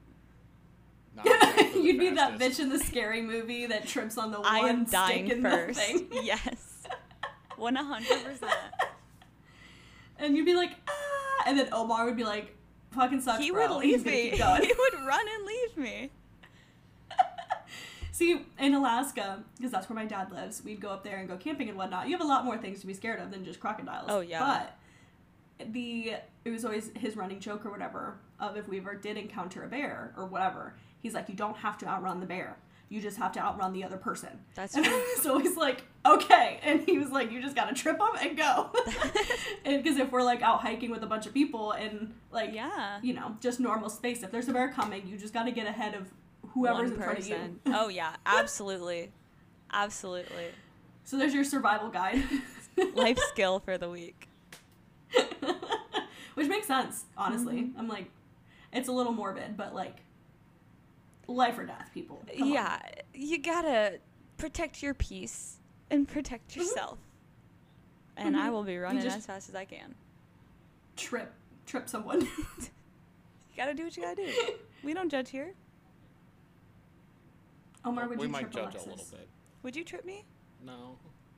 Speaker 3: not exactly the
Speaker 1: you'd be that bitch
Speaker 3: fastest.
Speaker 1: in the scary movie that trips on the one
Speaker 2: I am dying
Speaker 1: stick in
Speaker 2: first.
Speaker 1: the thing.
Speaker 2: yes. One hundred percent.
Speaker 1: and you'd be like, ah, and then Omar would be like, fucking sucks,
Speaker 2: He
Speaker 1: bro. and
Speaker 2: would
Speaker 1: he's
Speaker 2: leave
Speaker 1: gonna
Speaker 2: me.
Speaker 1: keep
Speaker 2: He
Speaker 1: going.
Speaker 2: would run and leave me.
Speaker 1: See, in Alaska, because that's where my dad lives, we'd go up there and go camping and whatnot. You have a lot more things to be scared of than just crocodiles.
Speaker 2: Oh, yeah.
Speaker 1: But the it was always his running joke or whatever of if we ever did encounter a bear or whatever, he's like, you don't have to outrun the bear. You just have to outrun the other person.
Speaker 2: That's
Speaker 1: And
Speaker 2: true.
Speaker 1: I was always like, okay. And he was like, you just gotta trip them and go. Because if we're like out hiking with a bunch of people and like,
Speaker 2: Yeah.
Speaker 1: you know, just normal space, if there's a bear coming, you just gotta get ahead of whoever's
Speaker 2: One
Speaker 1: in front of you.
Speaker 2: person. Oh yeah, absolutely. absolutely.
Speaker 1: So there's your survival guide.
Speaker 2: Life skill for the week.
Speaker 1: Which makes sense, honestly.
Speaker 2: Mm-hmm.
Speaker 1: I'm like, it's a little morbid, but like, life or death, people. Come on.
Speaker 2: yeah, you gotta protect your peace and protect yourself. And I
Speaker 1: Mhm.
Speaker 2: will be running
Speaker 1: just-
Speaker 2: as fast as I can.
Speaker 1: Trip, trip someone.
Speaker 2: You gotta do what you gotta do. we don't judge here.
Speaker 1: Omar, would
Speaker 3: we
Speaker 1: you
Speaker 3: might
Speaker 1: trip
Speaker 3: judge
Speaker 1: Alexis?
Speaker 3: a little bit.
Speaker 2: Would you trip me?
Speaker 3: No,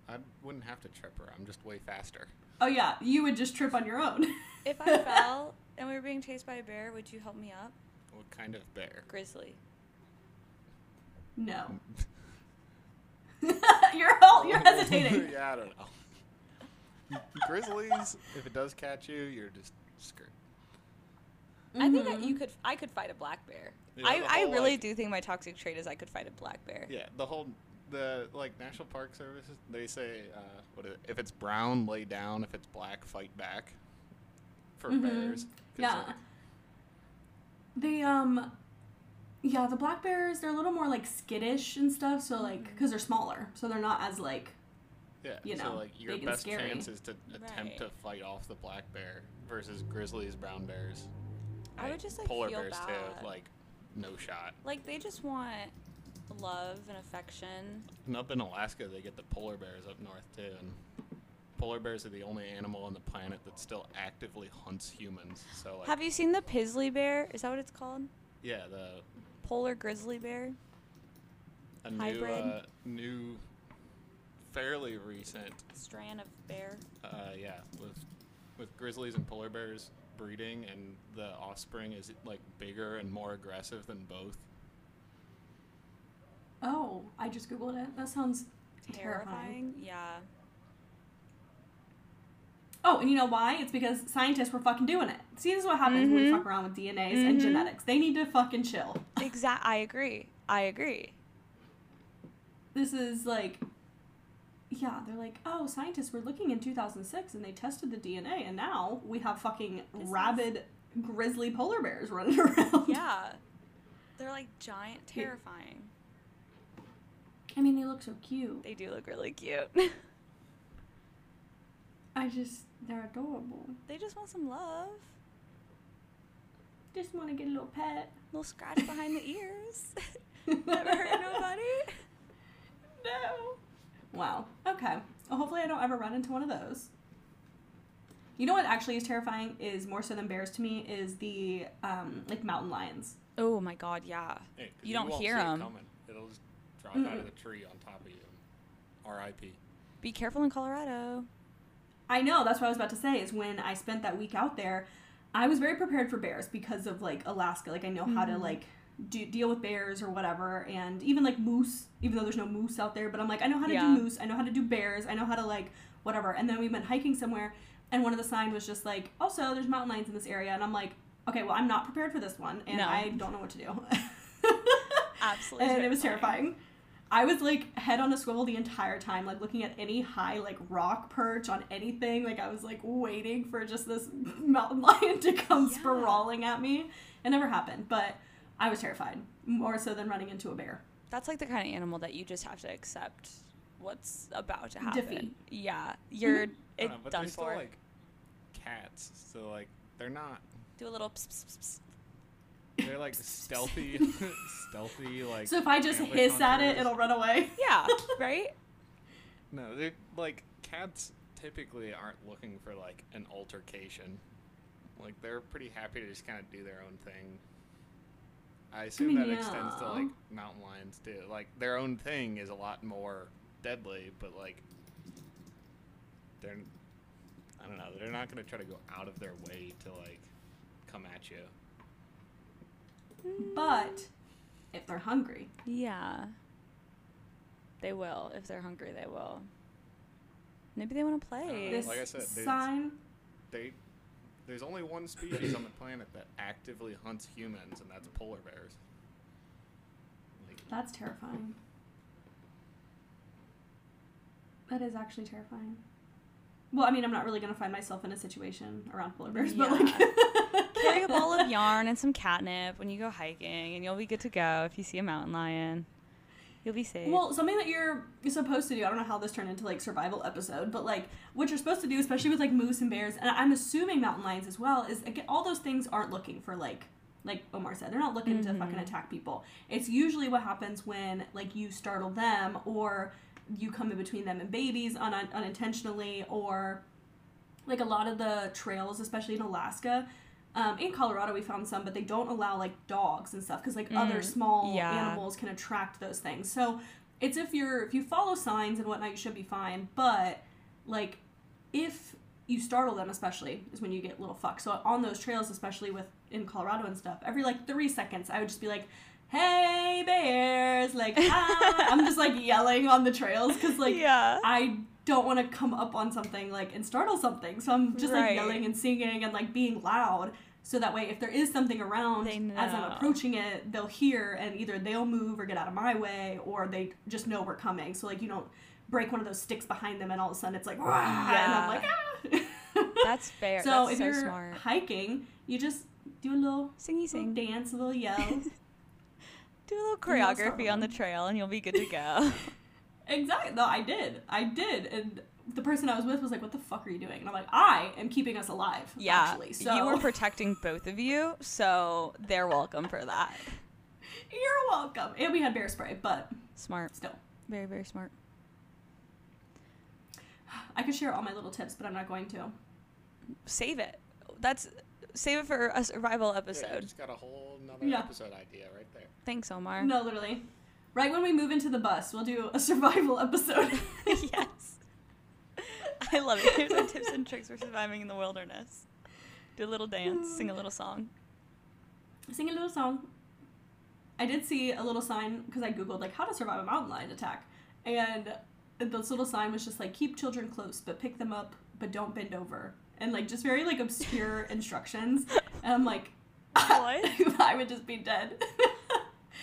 Speaker 3: I wouldn't have to trip her. I'm just way faster.
Speaker 1: Oh yeah, you would just trip on your own.
Speaker 2: If I fell and we were being chased by a bear, would you help me up?
Speaker 3: What kind of bear?
Speaker 2: Grizzly.
Speaker 1: no, you're all you're hesitating.
Speaker 3: yeah, I don't know. Grizzlies, if it does catch you, you're just screwed.
Speaker 2: I think that you could. I could fight a black bear.
Speaker 3: Yeah, the
Speaker 2: I, I
Speaker 3: whole,
Speaker 2: really
Speaker 3: like-
Speaker 2: do think my toxic trait is I could fight a black bear.
Speaker 3: Yeah, the whole the like National Park Service, they say uh, what is it? if it's brown, lay down. If it's black, fight back. For
Speaker 1: Mhm.
Speaker 3: bears, 'Cause,
Speaker 1: Yeah.
Speaker 3: like,
Speaker 1: They um, yeah, the black bears they're a little more like skittish and stuff. So like,
Speaker 2: Mm-hmm.
Speaker 1: because they're smaller, so they're not as like
Speaker 3: yeah.
Speaker 1: You
Speaker 3: so
Speaker 1: know,
Speaker 3: like your
Speaker 1: big and
Speaker 3: best
Speaker 1: scary.
Speaker 3: chance is to attempt
Speaker 2: Right.
Speaker 3: to fight off the black bear versus grizzlies, brown bears.
Speaker 2: I would just, like,
Speaker 3: polar
Speaker 2: feel
Speaker 3: bears
Speaker 2: bad.
Speaker 3: too. Like no shot.
Speaker 2: Like they just want love and affection.
Speaker 3: And up in Alaska, they get the polar bears up north too. And polar bears are the only animal on the planet that still actively hunts humans. So like,
Speaker 2: Have you seen the Pisley bear? Is that what it's called?
Speaker 3: yeah, the
Speaker 2: Polar grizzly bear.
Speaker 3: a new
Speaker 2: Hybrid.
Speaker 3: uh, new fairly recent
Speaker 2: Strand of bear.
Speaker 3: uh, yeah with with grizzlies and polar bears breeding and the offspring is like bigger and more aggressive than both.
Speaker 1: oh, I just googled it. That sounds terrifying.
Speaker 2: Terrifying. Yeah.
Speaker 1: Oh, and you know why? It's because scientists were fucking doing it. See, this is what happens when we
Speaker 2: Mhm.
Speaker 1: fuck around with DNAs and
Speaker 2: Mhm.
Speaker 1: genetics. They need to fucking chill.
Speaker 2: Exact. I agree. I agree.
Speaker 1: This is like, yeah, they're like, oh, scientists were looking in 2006 and they tested the DNA, and now we have fucking
Speaker 2: This is-
Speaker 1: rabid grizzly polar bears running around.
Speaker 2: Yeah. They're like giant, terrifying.
Speaker 1: I mean, they look so cute.
Speaker 2: They do look really cute.
Speaker 1: I just, they're adorable.
Speaker 2: they just want some love.
Speaker 1: Just want to get a little pet.
Speaker 2: little scratch behind the ears. Never hurt nobody.
Speaker 1: No. Wow. Okay. Well, hopefully I don't ever run into one of those. You know what actually is terrifying is more so than bears to me is the um, like mountain lions.
Speaker 2: Oh my god, yeah.
Speaker 3: Hey, 'cause
Speaker 2: You don't
Speaker 3: won't
Speaker 2: hear
Speaker 3: see it
Speaker 2: 'em.
Speaker 3: coming. It'll just drop out of the tree on top of you. R.I.P.
Speaker 2: Be careful in Colorado.
Speaker 1: I know that's what I was about to say is when I spent that week out there, I was very prepared for bears because of like Alaska. Like I know how
Speaker 2: Mm-hmm.
Speaker 1: to like do, deal with bears or whatever, and even like moose. Even though there's no moose out there, but I'm like I know how to
Speaker 2: Yeah.
Speaker 1: do moose. I know how to do bears. I know how to like whatever. And then we went hiking somewhere, and one of the sign was just like also there's mountain lions in this area, and I'm like okay, well I'm not prepared for this one, and
Speaker 2: No.
Speaker 1: I don't know what to do.
Speaker 2: Absolutely.
Speaker 1: and it was terrifying. I was like head on a swivel the entire time, like looking at any high like rock perch on anything. Like I was like waiting for just this mountain lion to come
Speaker 2: Yeah.
Speaker 1: sprawling at me. It never happened, but I was terrified more so than running into a bear.
Speaker 2: That's like the kind of animal that you just have to accept what's about to happen.
Speaker 1: Defeat.
Speaker 2: Yeah, you're
Speaker 3: I
Speaker 2: it
Speaker 3: don't know, but
Speaker 2: done
Speaker 3: they're still
Speaker 2: for.
Speaker 3: like cats, so like they're not.
Speaker 2: Do a little. Pss, pss, pss, pss.
Speaker 3: They're like stealthy, stealthy. Like
Speaker 1: So if I just
Speaker 3: antler
Speaker 1: hiss at it,
Speaker 3: hunters.
Speaker 1: it'll run away.
Speaker 2: Yeah, right.
Speaker 3: No, they're like cats. Typically, aren't looking for like an altercation. Like they're pretty happy to just kind of do their own thing. I assume
Speaker 1: mean,
Speaker 3: that extends to
Speaker 1: yeah.
Speaker 3: like mountain lions too. Like their own thing is a lot more deadly, but like they're I don't know. They're not gonna try to go out of their way to like come at you.
Speaker 1: But if they're hungry,
Speaker 2: Yeah. They will. If they're hungry, they will. Maybe they want to play.
Speaker 1: this
Speaker 3: Like I said, there's-
Speaker 1: sign.
Speaker 3: They there's only one species on the planet that actively hunts humans, and that's polar bears. Like,
Speaker 1: That's terrifying. That is actually terrifying. Well, I mean, I'm not really gonna find myself in a situation around polar bears, but like
Speaker 2: Carry a ball of yarn and some catnip when you go hiking, and you'll be good to go if you see a mountain lion. You'll be safe.
Speaker 1: Well, something that you're supposed to do, I don't know how this turned into like survival episode, but like what you're supposed to do, especially with like moose and bears, and I'm assuming mountain lions as well, is again, all those things aren't looking for like like Omar said, they're not looking to fucking attack people. It's usually what happens when like you startle them or you come in between them and babies un- unintentionally or like a lot of the trails, especially in Alaska. Um, in Colorado, we found some, but they don't allow like dogs and stuff because like other small
Speaker 2: yeah.
Speaker 1: animals can attract those things. So it's if you're if you follow signs and whatnot, you should be fine. But like if you startle them, especially is when you get little fucked. So on those trails, especially with in Colorado and stuff, every like three seconds, I would just be like, "Hey bears!" Like ah! I'm just like yelling on the trails because like
Speaker 2: yeah.
Speaker 1: I don't want to come up on something like and startle something. So I'm just like
Speaker 2: Right.
Speaker 1: yelling and singing and like being loud. So that way, if there is something around
Speaker 2: They
Speaker 1: as I'm
Speaker 2: know.
Speaker 1: approaching it, they'll hear and either they'll move or get out of my way or they just know we're coming. So like you don't break one of those sticks behind them and all of a sudden it's like "Wah," and I'm like ah.
Speaker 2: That's fair.
Speaker 1: so
Speaker 2: That's
Speaker 1: if
Speaker 2: so
Speaker 1: you're
Speaker 2: smart.
Speaker 1: hiking, you just do a little,
Speaker 2: Singy
Speaker 1: little
Speaker 2: sing.
Speaker 1: dance, a little yell.
Speaker 2: Do a little
Speaker 1: I'll start
Speaker 2: choreography on the
Speaker 1: with
Speaker 2: trail, and you'll be good to go.
Speaker 1: Exactly. No, I did. I did. And the person I was with was like, "What the fuck are you doing?" And I'm like, "I am keeping us alive."
Speaker 2: yeah.
Speaker 1: Actually, so
Speaker 2: You were protecting both of you, so they're welcome for that.
Speaker 1: you're welcome. And we had bear spray, but
Speaker 2: Smart.
Speaker 1: still,
Speaker 2: Very, very smart.
Speaker 1: I could share all my little tips, but I'm not going to.
Speaker 2: Save it. That's save it for a survival
Speaker 3: Yeah, you
Speaker 2: episode.
Speaker 3: just got a whole nother
Speaker 1: Yeah.
Speaker 3: episode idea right there.
Speaker 2: Thanks, Omar.
Speaker 1: No, literally. Right when we move into the bus, we'll do a survival episode.
Speaker 2: yes. I love it. Here's our tips and tricks for surviving in the wilderness. Do a little dance, sing a little song.
Speaker 1: Sing a little song. I did see a little sign because I googled like how to survive a mountain lion attack, and this little sign was just like keep children close, but pick them up, but don't bend over, and like just very like obscure instructions. And I'm like,
Speaker 2: What?
Speaker 1: I would just be dead.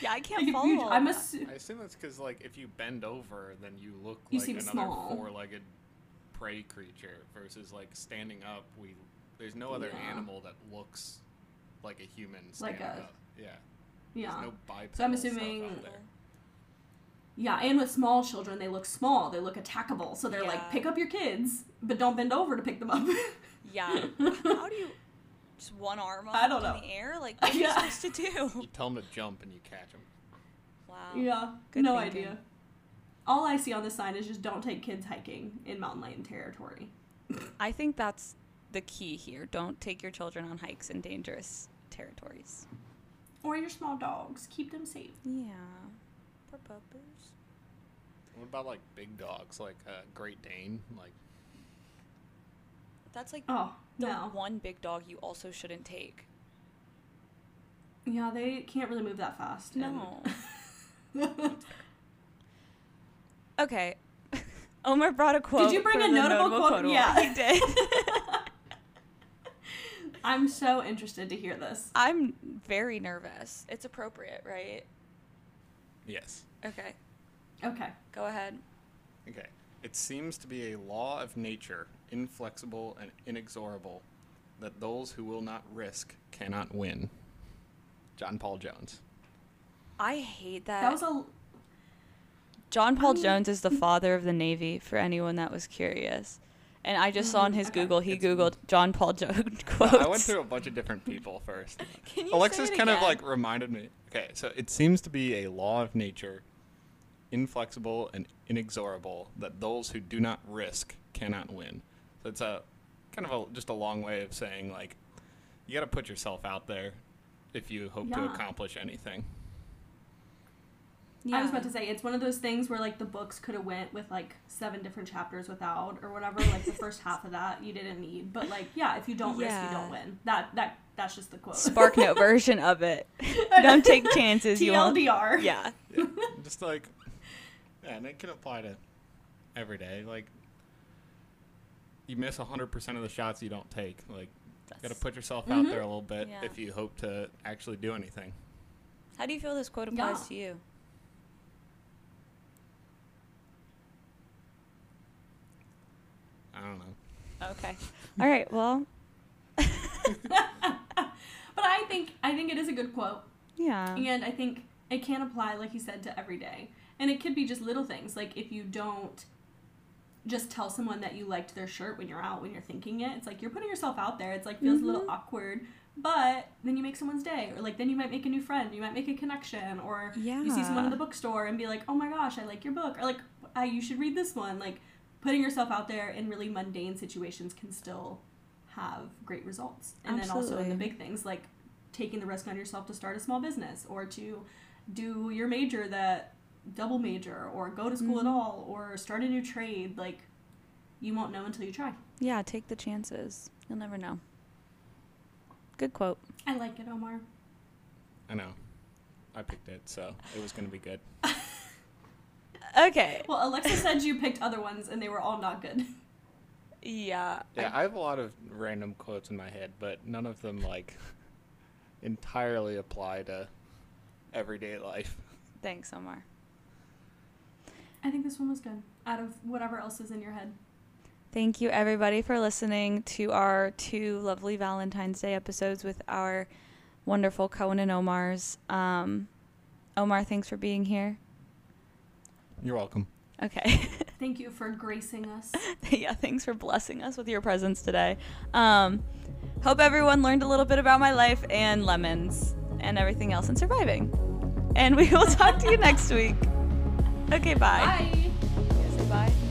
Speaker 2: Yeah, I can't
Speaker 1: Like, if
Speaker 2: follow.
Speaker 1: you-
Speaker 2: all
Speaker 1: I'm
Speaker 2: that.
Speaker 1: assu-
Speaker 3: I assume that's because like if you bend over, then you look
Speaker 1: You
Speaker 3: like
Speaker 1: seem
Speaker 3: another
Speaker 1: small.
Speaker 3: four-legged prey creature versus like standing up. We there's no other
Speaker 1: Yeah.
Speaker 3: animal that looks like a human standing
Speaker 1: a-
Speaker 3: up. Yeah,
Speaker 1: yeah.
Speaker 3: there's no bipedal
Speaker 1: So I'm
Speaker 3: stuff
Speaker 1: assuming-
Speaker 3: out there.
Speaker 1: Yeah, and with small children, they look small. They look attackable. So they're
Speaker 2: Yeah.
Speaker 1: like, pick up your kids, but don't bend over to pick them up.
Speaker 2: yeah. How do you just one arm up
Speaker 1: I don't
Speaker 2: in
Speaker 1: know.
Speaker 2: the air? Like what are you
Speaker 1: Yeah.
Speaker 2: supposed to do?
Speaker 3: You tell them to jump and you catch them.
Speaker 2: Wow.
Speaker 1: yeah,
Speaker 2: Um, Good
Speaker 1: no
Speaker 2: thinking.
Speaker 1: idea. All I see on the sign is just don't take kids hiking in mountain lion territory.
Speaker 2: I think that's the key here. Don't take your children on hikes in dangerous territories.
Speaker 1: Or your small dogs. Keep them safe.
Speaker 2: Yeah. For puppers.
Speaker 3: What about like big dogs, like a Great Dane? Like
Speaker 2: That's like
Speaker 1: Oh,
Speaker 2: the
Speaker 1: no.
Speaker 2: one big dog you also shouldn't take.
Speaker 1: Yeah, they can't really move that fast. and-
Speaker 2: No. Okay. Omar brought a quote.
Speaker 1: you bring
Speaker 2: from
Speaker 1: a
Speaker 2: the
Speaker 1: notable quote?
Speaker 2: award.
Speaker 1: Yeah.
Speaker 2: he did.
Speaker 1: I'm so interested to hear this.
Speaker 2: I'm very nervous. It's appropriate, right?
Speaker 3: yes.
Speaker 2: Okay,
Speaker 1: Okay.
Speaker 2: go ahead.
Speaker 3: Okay. It seems to be a law of nature, inflexible and inexorable, that those who will not risk cannot win. John Paul Jones.
Speaker 2: I hate that.
Speaker 1: That was a
Speaker 2: John Paul
Speaker 1: I mean-
Speaker 2: Jones is the father of the Navy, for anyone that was curious. And I just saw on his
Speaker 1: okay.
Speaker 2: Google, he
Speaker 3: It's-
Speaker 2: Googled John Paul Jones quotes.
Speaker 3: I went through a bunch of different people first.
Speaker 2: Can you say
Speaker 3: Alexis
Speaker 2: it
Speaker 3: kind of
Speaker 2: again?
Speaker 3: like reminded me. Okay, so it seems to be a law of nature, inflexible and inexorable, that those who do not risk cannot win. So it's a kind of a, just a long way of saying like, you got to put yourself out there if you hope to
Speaker 1: Yeah.
Speaker 3: accomplish anything.
Speaker 1: I was about to say it's one of those things where like the books could have went with like seven different chapters without or whatever. Like the first half of that you didn't need, but like yeah, if you don't risk, you
Speaker 2: Yeah.
Speaker 1: don't win. That that that's just the quote.
Speaker 2: Spark note version of it. Don't take chances. You won't.
Speaker 1: TLDR.
Speaker 2: Yeah.
Speaker 3: Yeah, just like, yeah, and it can apply to every day. Like, you miss 100% of the shots you don't take. Like, you got to
Speaker 2: That's- Mm-hmm.
Speaker 3: put yourself
Speaker 1: Mhm.
Speaker 3: out there a little bit
Speaker 2: Yeah.
Speaker 3: if you hope to actually do anything.
Speaker 2: How do you feel this quote
Speaker 1: Yeah.
Speaker 2: applies to you?
Speaker 3: I don't know.
Speaker 2: Okay. All right. Well,
Speaker 1: But I think I think it is a good quote,
Speaker 2: yeah.
Speaker 1: and I think it can apply, like you said, to every day. And it could be just little things, like if you don't just tell someone that you liked their shirt when you're out, when you're thinking it. It's like you're putting yourself out there. It's like feels a little awkward, but then you make someone's day, or like then you might make a new friend, you might make a connection, or you see someone
Speaker 2: Yeah.
Speaker 1: in the bookstore and be like, oh my gosh, I like your book, or like uh, you should read this one. Like putting yourself out there in really mundane situations can still have great results. And then also in the
Speaker 2: Absolutely.
Speaker 1: big things like taking the risk on yourself to start a small business or to do your major that double major or go to school at all or start a new trade like you won't know until you try.
Speaker 2: Yeah. Take the chances. You'll never know. Good quote.
Speaker 1: I like it, Omar.
Speaker 3: I know. I picked it, so it was going to be good.
Speaker 2: Okay.
Speaker 1: Well, Alexa said you picked other ones and they were all not good.
Speaker 2: Yeah.
Speaker 3: Yeah, I have a lot of random quotes in my head, but none of them, like, entirely apply to everyday life.
Speaker 2: Thanks, Omar.
Speaker 1: I think this one was good out of whatever else is in your head.
Speaker 2: Thank you, everybody, for listening to our two lovely Valentine's Day episodes with our wonderful Cohen and Omar's. Um, Omar, thanks for being here.
Speaker 3: You're welcome.
Speaker 2: Okay.
Speaker 1: Thank you for gracing us.
Speaker 2: yeah, thanks for blessing us with your presence today. Um, hope everyone learned a little bit about my life and lemons and everything else and surviving. And we will talk to you next week. Okay, bye.
Speaker 1: Bye.
Speaker 2: Say bye.
Speaker 3: Um,